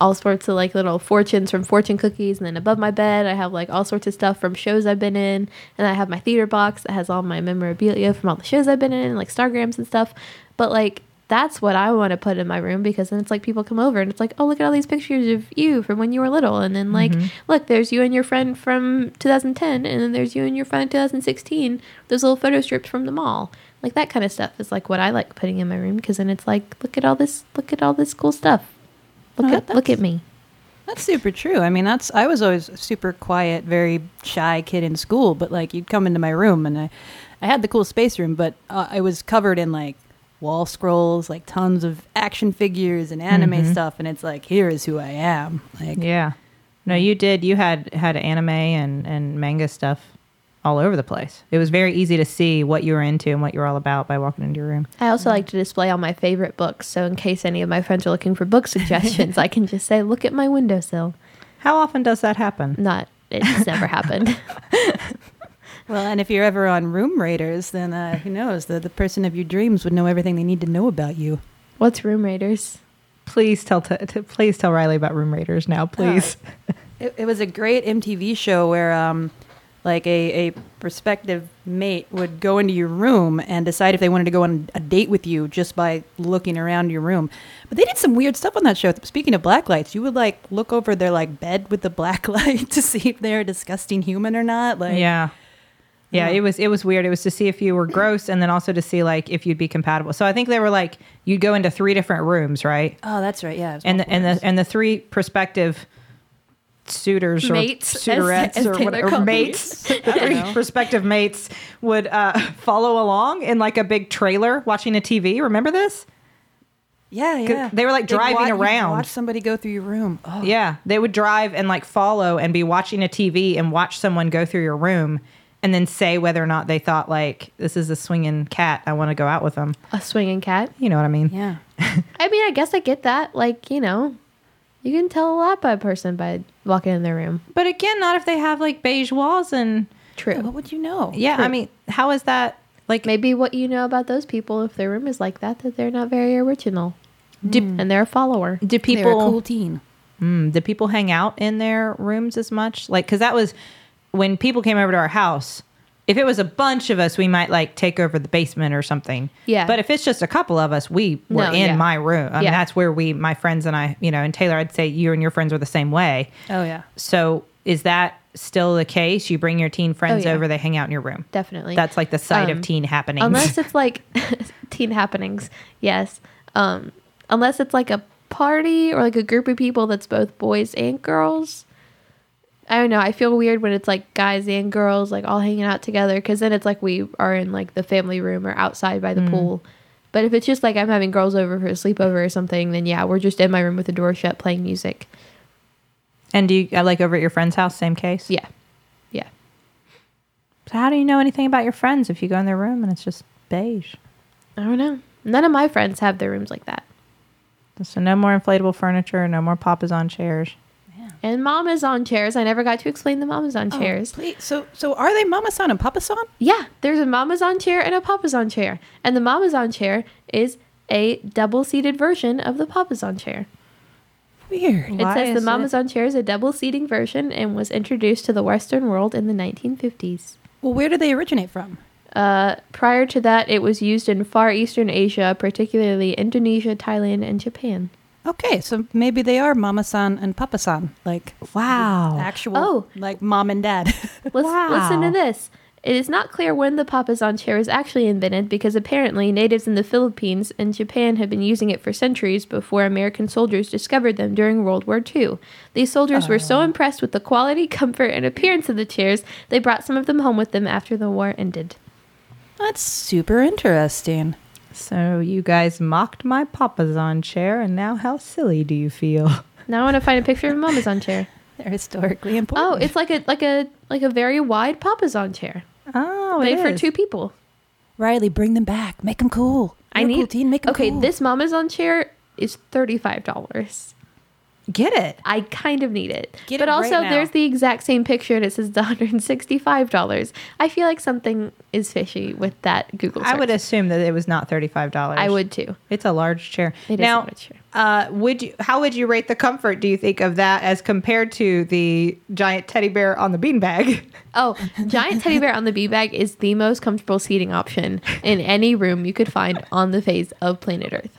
[SPEAKER 1] all sorts of like little fortunes from fortune cookies. And then above my bed, I have like all sorts of stuff from shows I've been in. And I have my theater box that has all my memorabilia from all the shows I've been in, like stargrams and stuff. But like that's what I want to put in my room because then it's like people come over and it's like, oh, look at all these pictures of you from when you were little. And then, like, look, there's you and your friend from 2010. And then there's you and your friend 2016. Those little photo strips from the mall. Like, that kind of stuff is like what I like putting in my room because then it's like, look at all this, look at all this cool stuff. Look,
[SPEAKER 3] Oh,
[SPEAKER 1] at, look at me.
[SPEAKER 3] That's super true. I mean, that's I was always a super quiet, very shy kid in school, but like you'd come into my room and I, I had the cool space room, but uh, I was covered in like wall scrolls, like tons of action figures and anime stuff, and it's like here is who I am. Like
[SPEAKER 2] yeah no you did you had had anime and and manga stuff all over the place it was very easy to see what you were into and what you were all about by walking into your room
[SPEAKER 1] I also like to display all my favorite books. So, in case any of my friends are looking for book suggestions, I can just say, look at my windowsill.
[SPEAKER 2] how often does that happen
[SPEAKER 1] Not, it's never happened.
[SPEAKER 3] well, and if you're ever on Room Raiders, then uh, who knows? The the person of your dreams would know everything they need to know about you.
[SPEAKER 1] What's Room Raiders?
[SPEAKER 2] Please tell t- t- please tell Riley about Room Raiders
[SPEAKER 3] Oh,
[SPEAKER 2] now, please.
[SPEAKER 3] It, it was a great MTV show where, um, like, a, a prospective mate would go into your room and decide if they wanted to go on a date with you just by looking around your room. But they did some weird stuff on that show. Speaking of blacklights, you would like look over their like bed with the black [laughs] light to see if they're a disgusting human or not. [laughs] Like,
[SPEAKER 2] yeah. Yeah,
[SPEAKER 3] Yeah.
[SPEAKER 2] it was it was weird. It was to see if you were gross and then also to see like if you'd be compatible. So I think they were like you'd go into three different rooms, right?
[SPEAKER 3] Oh, that's right. Yeah. it was
[SPEAKER 2] And the,
[SPEAKER 3] multiple
[SPEAKER 2] and
[SPEAKER 3] rooms.
[SPEAKER 2] the and the three prospective suitors
[SPEAKER 1] Mates,
[SPEAKER 2] or
[SPEAKER 1] as-
[SPEAKER 2] suitorettes
[SPEAKER 1] as
[SPEAKER 2] or
[SPEAKER 1] Taylor
[SPEAKER 2] whatever
[SPEAKER 1] called [laughs]
[SPEAKER 2] mates
[SPEAKER 3] don't
[SPEAKER 2] three
[SPEAKER 3] know.
[SPEAKER 2] prospective mates would uh, follow along in like a big trailer watching a TV. Remember this?
[SPEAKER 3] yeah,
[SPEAKER 2] 'cause
[SPEAKER 3] yeah.
[SPEAKER 2] they were, like,
[SPEAKER 3] They'd
[SPEAKER 2] driving
[SPEAKER 3] you'd
[SPEAKER 2] around.
[SPEAKER 3] Watch somebody go through your room. Oh,
[SPEAKER 2] Yeah, they would drive and like follow and be watching a TV and watch someone go through your room and then say whether or not they thought like this is a swinging cat. I want to go out with them.
[SPEAKER 1] A swinging cat.
[SPEAKER 2] You know what I mean?
[SPEAKER 3] yeah.
[SPEAKER 2] [laughs]
[SPEAKER 1] I mean, I guess I get that. Like, you know, you can tell a lot by a person by walking in their room.
[SPEAKER 2] But again, not if they have like beige walls and
[SPEAKER 1] True.
[SPEAKER 3] What would you know?
[SPEAKER 2] yeah. I mean, how is that like?
[SPEAKER 1] Maybe what you know about those people, if their room is like that, that they're not very original. and they're a follower.
[SPEAKER 2] Do
[SPEAKER 3] They're a
[SPEAKER 2] people
[SPEAKER 3] cool teen.
[SPEAKER 2] Mm, did people hang out in their rooms as much? Like, because that was when people came over to our house. If it was a bunch of us, we might like take over the basement or something.
[SPEAKER 1] Yeah.
[SPEAKER 2] But if it's just a couple of us, we were
[SPEAKER 1] No,
[SPEAKER 2] in
[SPEAKER 1] yeah.
[SPEAKER 2] my room. I mean,
[SPEAKER 1] Yeah.
[SPEAKER 2] that's where we, my friends and I, you know, and Taylor, I'd say you and your friends were the same way.
[SPEAKER 3] Oh, yeah.
[SPEAKER 2] So is that still the case? You bring your teen friends
[SPEAKER 1] Oh, yeah.
[SPEAKER 2] over, they hang out in your room.
[SPEAKER 1] Definitely.
[SPEAKER 2] That's like the site of
[SPEAKER 1] Um, [laughs]
[SPEAKER 2] teen happenings.
[SPEAKER 1] Unless it's like teen happenings. Yes. Um, unless it's like a party or like a group of people that's both boys and girls. I don't know. I feel weird when it's like guys and girls like all hanging out together because then it's like we are in like the family room or outside by the pool. But if it's just like I'm having girls over for a sleepover or something, then yeah, we're just in my room with the door shut playing music.
[SPEAKER 2] [laughs] And do you uh, like over at your friend's house? Same case.
[SPEAKER 1] Yeah. Yeah.
[SPEAKER 2] So how do you know anything about your friends if you go in their room and it's just beige?
[SPEAKER 1] I don't know. None of my friends have their rooms like that.
[SPEAKER 2] So no more inflatable furniture. No more papas on chairs.
[SPEAKER 1] And mamas on chairs. I never got to explain the mamas on chairs.
[SPEAKER 3] Please. So, so are they Mama San and Papa San?
[SPEAKER 1] Yeah, there's a mama's on chair and a papa's on chair. And the mama's on chair is a double seated version of the papa's on chair.
[SPEAKER 3] Weird.
[SPEAKER 1] It
[SPEAKER 2] Why
[SPEAKER 1] says the
[SPEAKER 2] is
[SPEAKER 1] mama's on chair is a double seating version and was introduced to the Western world in the 1950s.
[SPEAKER 3] Well, where do they originate from?
[SPEAKER 1] Uh, prior to that, it was used in Far Eastern Asia, particularly Indonesia, Thailand, and Japan.
[SPEAKER 3] Okay, so maybe they are Mama San and Papa San, like
[SPEAKER 2] Wow.
[SPEAKER 3] actual,
[SPEAKER 1] Oh.
[SPEAKER 3] like mom and dad. [laughs]
[SPEAKER 1] Let's listen to
[SPEAKER 2] Wow.
[SPEAKER 1] this. It is not clear when the papas on chair was actually invented because apparently natives in the Philippines and Japan had been using it for centuries before American soldiers discovered them during World War II. These soldiers were so impressed with the quality, comfort, and appearance of the chairs, they brought some of them home with them after the war ended.
[SPEAKER 3] That's super interesting.
[SPEAKER 2] So you guys mocked my papa's on chair, and now how silly do you feel?
[SPEAKER 1] [laughs] Now I want to find a picture of a mama's on chair.
[SPEAKER 3] They're historically
[SPEAKER 1] Oh,
[SPEAKER 3] important.
[SPEAKER 1] it's like a like a like a very wide papa's on chair.
[SPEAKER 2] Oh,
[SPEAKER 1] Made
[SPEAKER 2] it
[SPEAKER 1] for
[SPEAKER 2] is.
[SPEAKER 1] two people.
[SPEAKER 3] Riley, bring them back. Make them cool.
[SPEAKER 1] I
[SPEAKER 3] You're a
[SPEAKER 1] need
[SPEAKER 3] cool teen. Make them
[SPEAKER 1] Okay,
[SPEAKER 3] cool.
[SPEAKER 1] this mama's on chair is $35.
[SPEAKER 2] Get it?
[SPEAKER 1] I kind of need it.
[SPEAKER 3] Get
[SPEAKER 1] but
[SPEAKER 3] it right
[SPEAKER 1] also,
[SPEAKER 3] now.
[SPEAKER 1] there's the exact same picture and it says it's $165. I feel like something is fishy with that Google search.
[SPEAKER 2] I would assume that it was not thirty-five dollars.
[SPEAKER 1] I would too.
[SPEAKER 2] It's a large chair.
[SPEAKER 1] It is a
[SPEAKER 2] now,
[SPEAKER 1] large chair.
[SPEAKER 2] Uh, would you? How would you rate the comfort? Do you think of that as compared to the giant teddy bear on the beanbag? [laughs]
[SPEAKER 1] Oh, giant teddy bear on the beanbag is the most comfortable seating option in any room you could find on the face of planet Earth.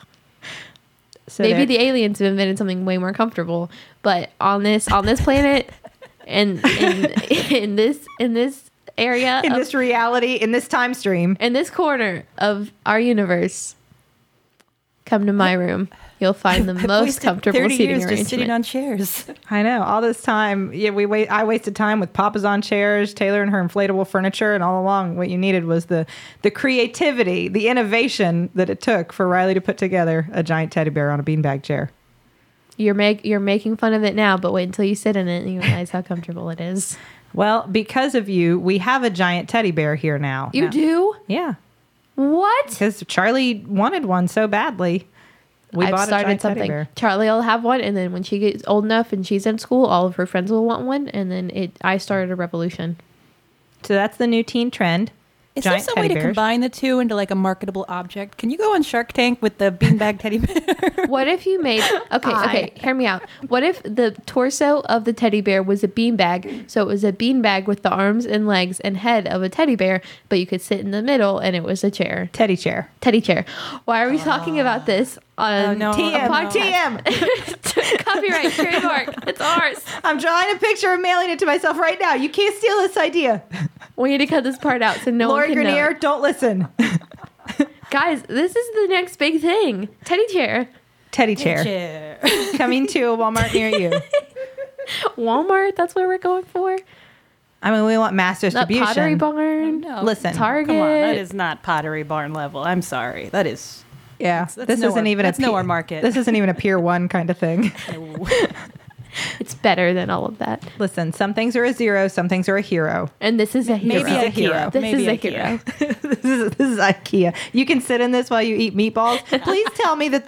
[SPEAKER 2] So
[SPEAKER 1] Maybe
[SPEAKER 2] there-
[SPEAKER 1] the aliens have invented something way more comfortable, but on this on this planet, and in, [laughs] in this in this area
[SPEAKER 2] in
[SPEAKER 1] of
[SPEAKER 2] this reality in this time stream.
[SPEAKER 1] in this corner of our universe, come to my room. You'll find the
[SPEAKER 3] [laughs] I've
[SPEAKER 1] most
[SPEAKER 3] wasted
[SPEAKER 1] comfortable
[SPEAKER 3] 30
[SPEAKER 1] seating
[SPEAKER 3] years just
[SPEAKER 1] arrangement.
[SPEAKER 3] sitting
[SPEAKER 1] [laughs]
[SPEAKER 3] on chairs.
[SPEAKER 2] I know all this time. Yeah, we wait. I wasted time with Papa's on chairs, Taylor and her inflatable furniture, and all along, what you needed was the the creativity, the innovation that it took for Riley to put together a giant teddy bear on a beanbag chair.
[SPEAKER 1] you're make you're making fun of it now, but wait until you sit in it and you realize how comfortable it
[SPEAKER 3] [laughs]
[SPEAKER 1] is.
[SPEAKER 2] Well, because of you, we have a giant teddy bear here now.
[SPEAKER 1] You do
[SPEAKER 2] Yeah,
[SPEAKER 1] what?
[SPEAKER 2] because Charlie wanted one so badly. We bought
[SPEAKER 1] I've
[SPEAKER 2] a
[SPEAKER 1] started
[SPEAKER 2] giant teddy
[SPEAKER 1] something.
[SPEAKER 2] bear.
[SPEAKER 1] Charlie will have one, and then when she gets old enough and she's in school, all of her friends will want one, and then it. I started a revolution.
[SPEAKER 2] So that's the new teen trend.
[SPEAKER 3] Is there some way to combine the two into like a marketable object? Can you go on Shark Tank with the beanbag
[SPEAKER 1] [laughs]
[SPEAKER 3] teddy bear?
[SPEAKER 1] What if you made okay, okay, hear me out. What if the torso of the teddy bear was a beanbag? So it was a beanbag with the arms and legs and head of a teddy bear, but you could sit in the middle and it was a chair.
[SPEAKER 2] teddy chair?
[SPEAKER 1] Teddy chair. Why are we talking about this Oh, on
[SPEAKER 3] no.
[SPEAKER 1] t-
[SPEAKER 2] TM,
[SPEAKER 1] podcast.
[SPEAKER 2] TM.
[SPEAKER 1] [laughs] copyright trademark? It's ours.
[SPEAKER 2] I'm drawing a picture and mailing it to myself right now. You can't steal this idea.
[SPEAKER 1] [laughs] We need to cut this part out so no
[SPEAKER 2] Laura
[SPEAKER 1] one can
[SPEAKER 2] Grenier,
[SPEAKER 1] know.
[SPEAKER 2] don't listen.
[SPEAKER 1] Guys, this is the next big thing. Teddy chair.
[SPEAKER 2] [laughs] Teddy chair
[SPEAKER 3] Chair.
[SPEAKER 2] coming to a Walmart near you.
[SPEAKER 1] Walmart, that's what we're going for.
[SPEAKER 2] I mean, we want mass
[SPEAKER 1] Not Pottery
[SPEAKER 2] distribution.
[SPEAKER 1] Barn.
[SPEAKER 3] No.
[SPEAKER 2] Listen,
[SPEAKER 1] Target.
[SPEAKER 3] Come on, that is not Pottery Barn level. I'm sorry. That [laughs] is.
[SPEAKER 2] yeah,
[SPEAKER 3] that's
[SPEAKER 2] this
[SPEAKER 3] nowhere-
[SPEAKER 2] isn't even
[SPEAKER 3] that's
[SPEAKER 2] a pier-
[SPEAKER 3] nowhere market.
[SPEAKER 2] This isn't even a pier one kind of thing.
[SPEAKER 1] It's better than all of that.
[SPEAKER 2] Listen, some things are a zero, some things are a hero.
[SPEAKER 1] And this is a hero.
[SPEAKER 3] Maybe a hero.
[SPEAKER 1] This
[SPEAKER 3] Maybe
[SPEAKER 1] is
[SPEAKER 3] a
[SPEAKER 1] a
[SPEAKER 3] hero.
[SPEAKER 1] hero.
[SPEAKER 2] this is this is IKEA. You can sit in this while you eat meatballs. Please tell me that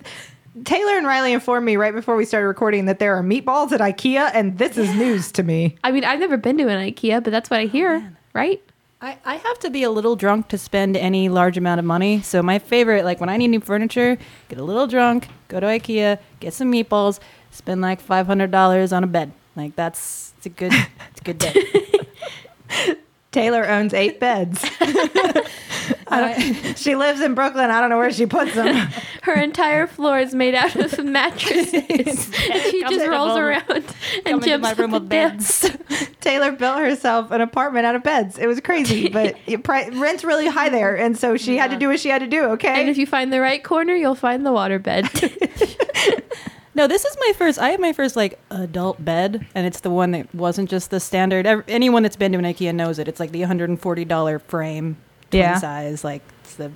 [SPEAKER 2] Taylor and Riley informed me right before we started recording that there are meatballs at IKEA, and this is news to me.
[SPEAKER 1] I mean, I've never been to an IKEA, but
[SPEAKER 3] Oh,
[SPEAKER 1] that's what I hear, right?
[SPEAKER 3] I, I have to be a little drunk to spend any large amount of money. So my favorite, like when I need new furniture, get a little drunk, go to IKEA, get some meatballs, spend like five hundred dollars on a bed. Like that's it's a good it's a good day.
[SPEAKER 2] Taylor owns eight beds. [laughs] she lives in Brooklyn. I don't know where she puts them.
[SPEAKER 1] Her entire floor is made out
[SPEAKER 3] [laughs]
[SPEAKER 1] of mattresses. and she
[SPEAKER 3] Comfortable.
[SPEAKER 1] just rolls around and
[SPEAKER 3] Come into
[SPEAKER 1] jumps
[SPEAKER 3] my room
[SPEAKER 1] up
[SPEAKER 3] with [laughs]
[SPEAKER 1] and down.
[SPEAKER 3] beds.
[SPEAKER 2] Taylor built herself an apartment out of beds. It was crazy, but it pri- rent's really high there, and so she had to do what she had to do. Okay, [laughs]
[SPEAKER 1] And if you find the right corner, you'll find the
[SPEAKER 3] [laughs]
[SPEAKER 1] waterbed.
[SPEAKER 3] No, this is my first. I have my first like adult bed, and it's the one that wasn't just the standard. ev- Anyone that's been to an IKEA knows it. It's like the hundred and forty dollar frame, twin
[SPEAKER 2] Yeah.
[SPEAKER 3] size. Like it's the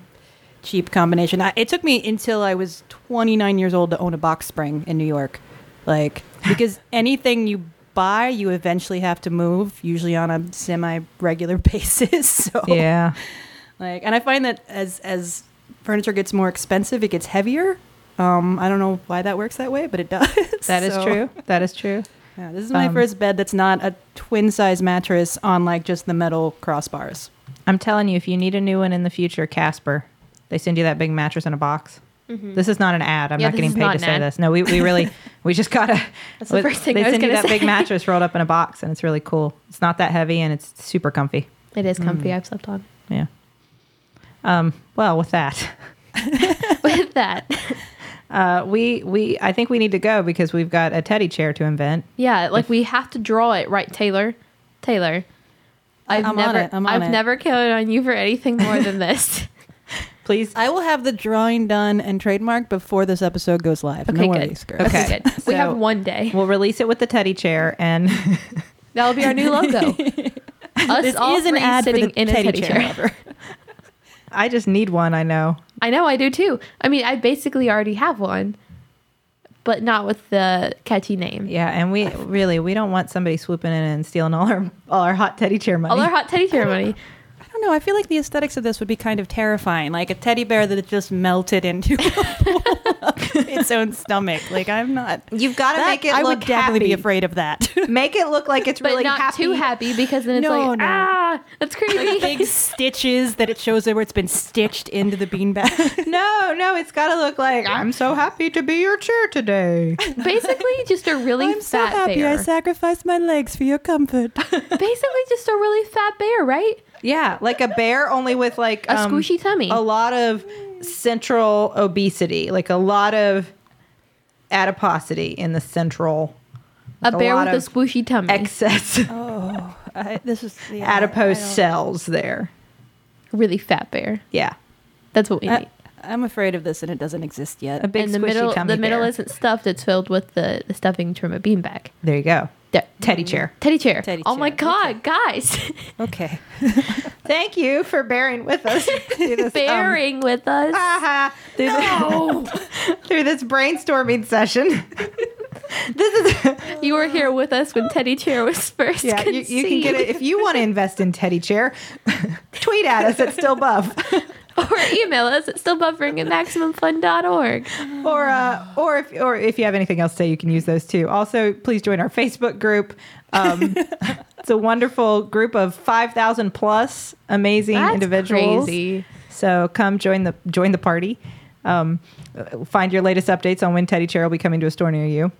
[SPEAKER 3] cheap combination. I, it took me until I was twenty nine years old to own a box spring in New York,
[SPEAKER 2] [laughs]
[SPEAKER 3] like because anything you buy, you eventually have to move, usually on a semi regular [laughs] basis. So
[SPEAKER 2] yeah,
[SPEAKER 3] like, and I find that as as furniture gets more expensive, it gets heavier. Um, I don't know why that works that way, but it [laughs] does.
[SPEAKER 2] that is
[SPEAKER 3] So,
[SPEAKER 2] true. That is true.
[SPEAKER 3] Yeah, this is my
[SPEAKER 2] Um,
[SPEAKER 3] first bed that's not a twin size mattress on like just the metal crossbars.
[SPEAKER 2] I'm telling you, if you need a new one in the future, Casper, they send you that big mattress in a box. Mm-hmm. This is not an ad. I'm
[SPEAKER 1] Yeah,
[SPEAKER 2] not
[SPEAKER 1] this
[SPEAKER 2] getting
[SPEAKER 1] is
[SPEAKER 2] paid
[SPEAKER 1] not
[SPEAKER 2] to
[SPEAKER 1] an
[SPEAKER 2] say
[SPEAKER 1] ad.
[SPEAKER 2] this. No, we, we [laughs] really we just gotta.
[SPEAKER 1] That's the first thing
[SPEAKER 2] they
[SPEAKER 1] I was
[SPEAKER 2] send you
[SPEAKER 1] gonna
[SPEAKER 2] that big
[SPEAKER 1] say.
[SPEAKER 2] mattress rolled up in a box, and it's really cool. It's not that heavy, and it's super comfy.
[SPEAKER 1] it is comfy.
[SPEAKER 3] Hmm.
[SPEAKER 1] I've slept on. [laughs]
[SPEAKER 2] Yeah. Um, well, with that,
[SPEAKER 1] With that,
[SPEAKER 2] uh, we we I think we need to go because we've got a teddy chair to invent.
[SPEAKER 1] yeah, like we have to draw it right, Taylor. Taylor, I've
[SPEAKER 3] I'm on
[SPEAKER 1] never,
[SPEAKER 3] it, I'm on
[SPEAKER 1] have
[SPEAKER 3] it.
[SPEAKER 1] never counted on you for anything more than this.
[SPEAKER 2] Please,
[SPEAKER 3] I will have the drawing done and trademarked before this episode goes live.
[SPEAKER 1] Okay,
[SPEAKER 3] [laughs] no
[SPEAKER 1] good.
[SPEAKER 3] worries, girls. [laughs]
[SPEAKER 2] Okay.
[SPEAKER 1] Okay, good. we
[SPEAKER 2] So-
[SPEAKER 1] have one day.
[SPEAKER 2] we'll release it with the teddy chair, and [laughs]
[SPEAKER 1] That'll be our new [laughs] logo. Us
[SPEAKER 3] This
[SPEAKER 1] all
[SPEAKER 3] is an
[SPEAKER 1] three
[SPEAKER 3] ad
[SPEAKER 1] sitting
[SPEAKER 3] for the
[SPEAKER 1] in
[SPEAKER 3] teddy,
[SPEAKER 1] a teddy chair.
[SPEAKER 3] chair.
[SPEAKER 2] [laughs] I just need one. I know.
[SPEAKER 1] I know, I do too. I mean, I basically already have one, but not with the catchy name.
[SPEAKER 2] Yeah, and we really we don't want somebody swooping in and stealing all our all our hot teddy chair money.
[SPEAKER 1] All our hot teddy chair money.
[SPEAKER 3] I don't know. I feel like the aesthetics of this would be kind of terrifying, like a teddy bear that it just melted into [laughs] its own stomach. Like I'm not.
[SPEAKER 2] You've got to
[SPEAKER 3] That-
[SPEAKER 2] make it
[SPEAKER 3] I
[SPEAKER 2] look
[SPEAKER 3] would definitely
[SPEAKER 2] happy.
[SPEAKER 3] be afraid of that. [laughs]
[SPEAKER 2] Make it look like it's
[SPEAKER 1] But
[SPEAKER 2] really
[SPEAKER 1] not
[SPEAKER 2] happy.
[SPEAKER 1] too happy because then it's
[SPEAKER 3] No,
[SPEAKER 1] like,
[SPEAKER 3] no.
[SPEAKER 1] ah, that's
[SPEAKER 3] Big
[SPEAKER 1] crazy.
[SPEAKER 3] stitches that it shows where it's been stitched into the [laughs] beanbag.
[SPEAKER 2] No, no, it's got to look like I'm so happy to be your chair today.
[SPEAKER 1] [laughs] Basically, just a really
[SPEAKER 3] I'm
[SPEAKER 1] fat
[SPEAKER 3] so happy
[SPEAKER 1] bear.
[SPEAKER 3] I sacrificed my legs for your [laughs] comfort.
[SPEAKER 1] Basically, just a really fat bear, right?
[SPEAKER 2] yeah, like a bear only with like um,
[SPEAKER 1] A squishy tummy.
[SPEAKER 2] a lot of central obesity, like a lot of adiposity in the central
[SPEAKER 1] A
[SPEAKER 2] a
[SPEAKER 1] bear
[SPEAKER 2] lot
[SPEAKER 1] with a
[SPEAKER 2] of
[SPEAKER 1] squishy tummy.
[SPEAKER 2] excess
[SPEAKER 3] Oh, I, this is yeah,
[SPEAKER 2] adipose
[SPEAKER 3] I don't-
[SPEAKER 2] cells there.
[SPEAKER 1] really fat bear.
[SPEAKER 2] Yeah.
[SPEAKER 1] That's what we need.
[SPEAKER 3] I, I'm afraid of this, and it doesn't exist
[SPEAKER 2] A
[SPEAKER 3] yet.
[SPEAKER 2] big
[SPEAKER 1] and the
[SPEAKER 2] squishy
[SPEAKER 1] middle, the
[SPEAKER 2] tummy
[SPEAKER 1] middle
[SPEAKER 2] bear.
[SPEAKER 1] isn't stuffed. It's filled with the, the stuffing from a beanbag.
[SPEAKER 2] There you go.
[SPEAKER 1] There.
[SPEAKER 2] Teddy chair.
[SPEAKER 1] Teddy chair.
[SPEAKER 3] Teddy
[SPEAKER 1] oh my
[SPEAKER 3] chair.
[SPEAKER 1] god, guys.
[SPEAKER 3] Okay,
[SPEAKER 2] [laughs] Thank you for bearing with us. through this, um, Ah,
[SPEAKER 1] Bearing with us.
[SPEAKER 2] haha, through, the- [laughs] through this brainstorming session. this is
[SPEAKER 1] [laughs] You were here with us when Teddy Chair was first.
[SPEAKER 2] yeah. You, you can get it if you want to invest in teddy chair. [laughs] tweet at us at still buff
[SPEAKER 1] [laughs] Or email us at stillbuffering at maximumfun.org.
[SPEAKER 2] or uh, or if or if you have anything else to say, you can use those too. Also, please join our Facebook group. Um, [laughs] it's a wonderful group of five thousand plus amazing
[SPEAKER 1] That's
[SPEAKER 2] individuals.
[SPEAKER 1] crazy.
[SPEAKER 2] So come join the join the party. Um, find your latest updates on when Teddy Chair will be coming to a store near you.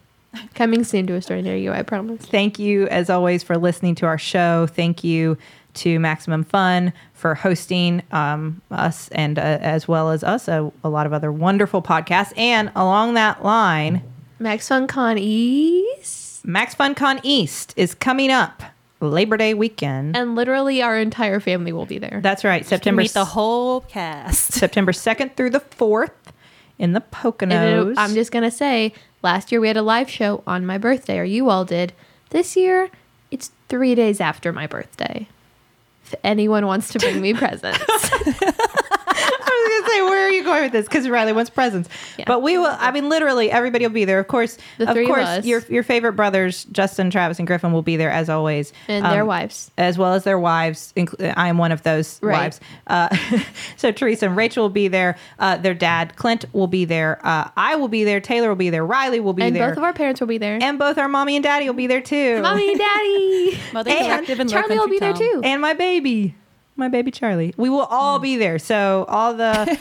[SPEAKER 1] Coming soon to a story near you, I promise.
[SPEAKER 2] Thank you, as always, for listening to our show. Thank you to Maximum Fun for hosting um, us and uh, as well as us, a, a lot of other wonderful podcasts. And along that line,
[SPEAKER 1] Max Fun Con East.
[SPEAKER 2] Max Fun Con East is coming up Labor Day weekend.
[SPEAKER 1] And literally our entire family will be there.
[SPEAKER 2] That's right, September
[SPEAKER 3] meet the
[SPEAKER 1] [laughs]
[SPEAKER 2] s-
[SPEAKER 3] whole cast.
[SPEAKER 2] September second through the fourth in the
[SPEAKER 1] And
[SPEAKER 2] Poconos.
[SPEAKER 1] it- I'm just going to say, last year we had a live show on my birthday, or you all did. This year, it's three days after my birthday. If anyone wants to bring
[SPEAKER 2] [laughs]
[SPEAKER 1] me presents.
[SPEAKER 2] [laughs] I was gonna say, where are you going with this? Because Riley wants presents.
[SPEAKER 1] Yeah.
[SPEAKER 2] But we will. I mean, literally, everybody will be there. Of course,
[SPEAKER 1] The
[SPEAKER 2] of
[SPEAKER 1] three of
[SPEAKER 2] course,
[SPEAKER 1] us.
[SPEAKER 2] your your favorite brothers, Justin, Travis, and Griffin, will be there as always,
[SPEAKER 1] And their
[SPEAKER 2] Um,
[SPEAKER 1] wives.
[SPEAKER 2] as well as their wives. Inc- I am one of those
[SPEAKER 1] Right.
[SPEAKER 2] wives. Uh, [laughs] so Teresa and Rachel will be there. Uh, their dad, Clint, will be there. Uh, I will be there. Taylor will be there. Riley will be
[SPEAKER 1] And
[SPEAKER 2] there.
[SPEAKER 1] both of our parents will be there.
[SPEAKER 2] and both our mommy and daddy will be there too.
[SPEAKER 1] Mommy and
[SPEAKER 2] [laughs]
[SPEAKER 1] Daddy.
[SPEAKER 3] Mother
[SPEAKER 2] And
[SPEAKER 3] Collective and Low
[SPEAKER 1] Charlie will
[SPEAKER 3] Country
[SPEAKER 1] be there
[SPEAKER 3] Tom.
[SPEAKER 1] too.
[SPEAKER 2] and my baby, my baby Charlie. We will all be there. So all
[SPEAKER 1] [laughs]
[SPEAKER 2] the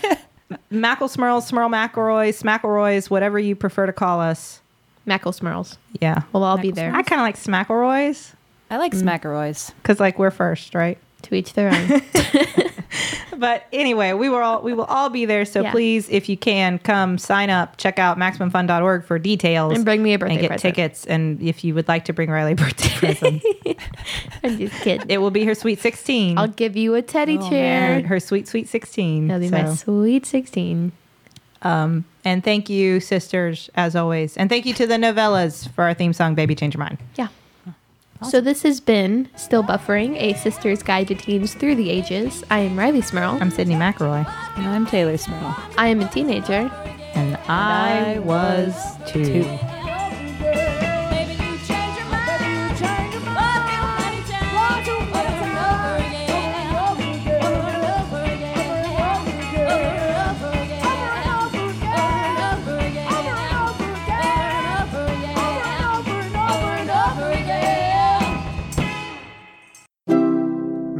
[SPEAKER 2] Mackle Smurls, Smurl McElroys, Smackelroys, whatever you prefer to call us.
[SPEAKER 1] Mackle Smurls.
[SPEAKER 2] Yeah.
[SPEAKER 1] We'll all be there.
[SPEAKER 2] I kind of like Smackelroys
[SPEAKER 3] Mm. I like Smackaroys.
[SPEAKER 2] because like we're first, right? [laughs]
[SPEAKER 1] To each their own.
[SPEAKER 2] But but anyway, we were all we will all be there. So
[SPEAKER 1] Yeah.
[SPEAKER 2] please, if you can, come sign up. Check out maximumfun.org for details
[SPEAKER 1] And bring me a birthday
[SPEAKER 2] and get
[SPEAKER 1] present.
[SPEAKER 2] tickets. And if you would like to bring Riley
[SPEAKER 1] [laughs]
[SPEAKER 2] a birthday present,
[SPEAKER 1] I'm just kidding.
[SPEAKER 2] it will be her sweet sixteen.
[SPEAKER 1] I'll give you a teddy
[SPEAKER 3] Oh,
[SPEAKER 1] chair.
[SPEAKER 2] her sweet sweet sixteen.
[SPEAKER 1] That'll be my
[SPEAKER 2] So,
[SPEAKER 1] sweet 16.
[SPEAKER 2] um, and thank you, sisters, as always, and thank you to the novellas for our theme song, "Baby Change Your Mind."
[SPEAKER 1] Yeah. So this has been Still Buffering, a sister's guide to teens through the ages. I am Riley Smurl.
[SPEAKER 2] I'm Sydney McElroy,
[SPEAKER 3] And I'm Taylor Smurl.
[SPEAKER 1] I am a teenager.
[SPEAKER 2] and I,
[SPEAKER 3] I
[SPEAKER 2] was
[SPEAKER 3] was
[SPEAKER 2] too.
[SPEAKER 4] Baby,
[SPEAKER 3] too.
[SPEAKER 4] you change your mind. Baby, you change your mind. One too many times. Over and over again. Over and over again. Over and over again. Over and over again. Over and over again. Over and over again.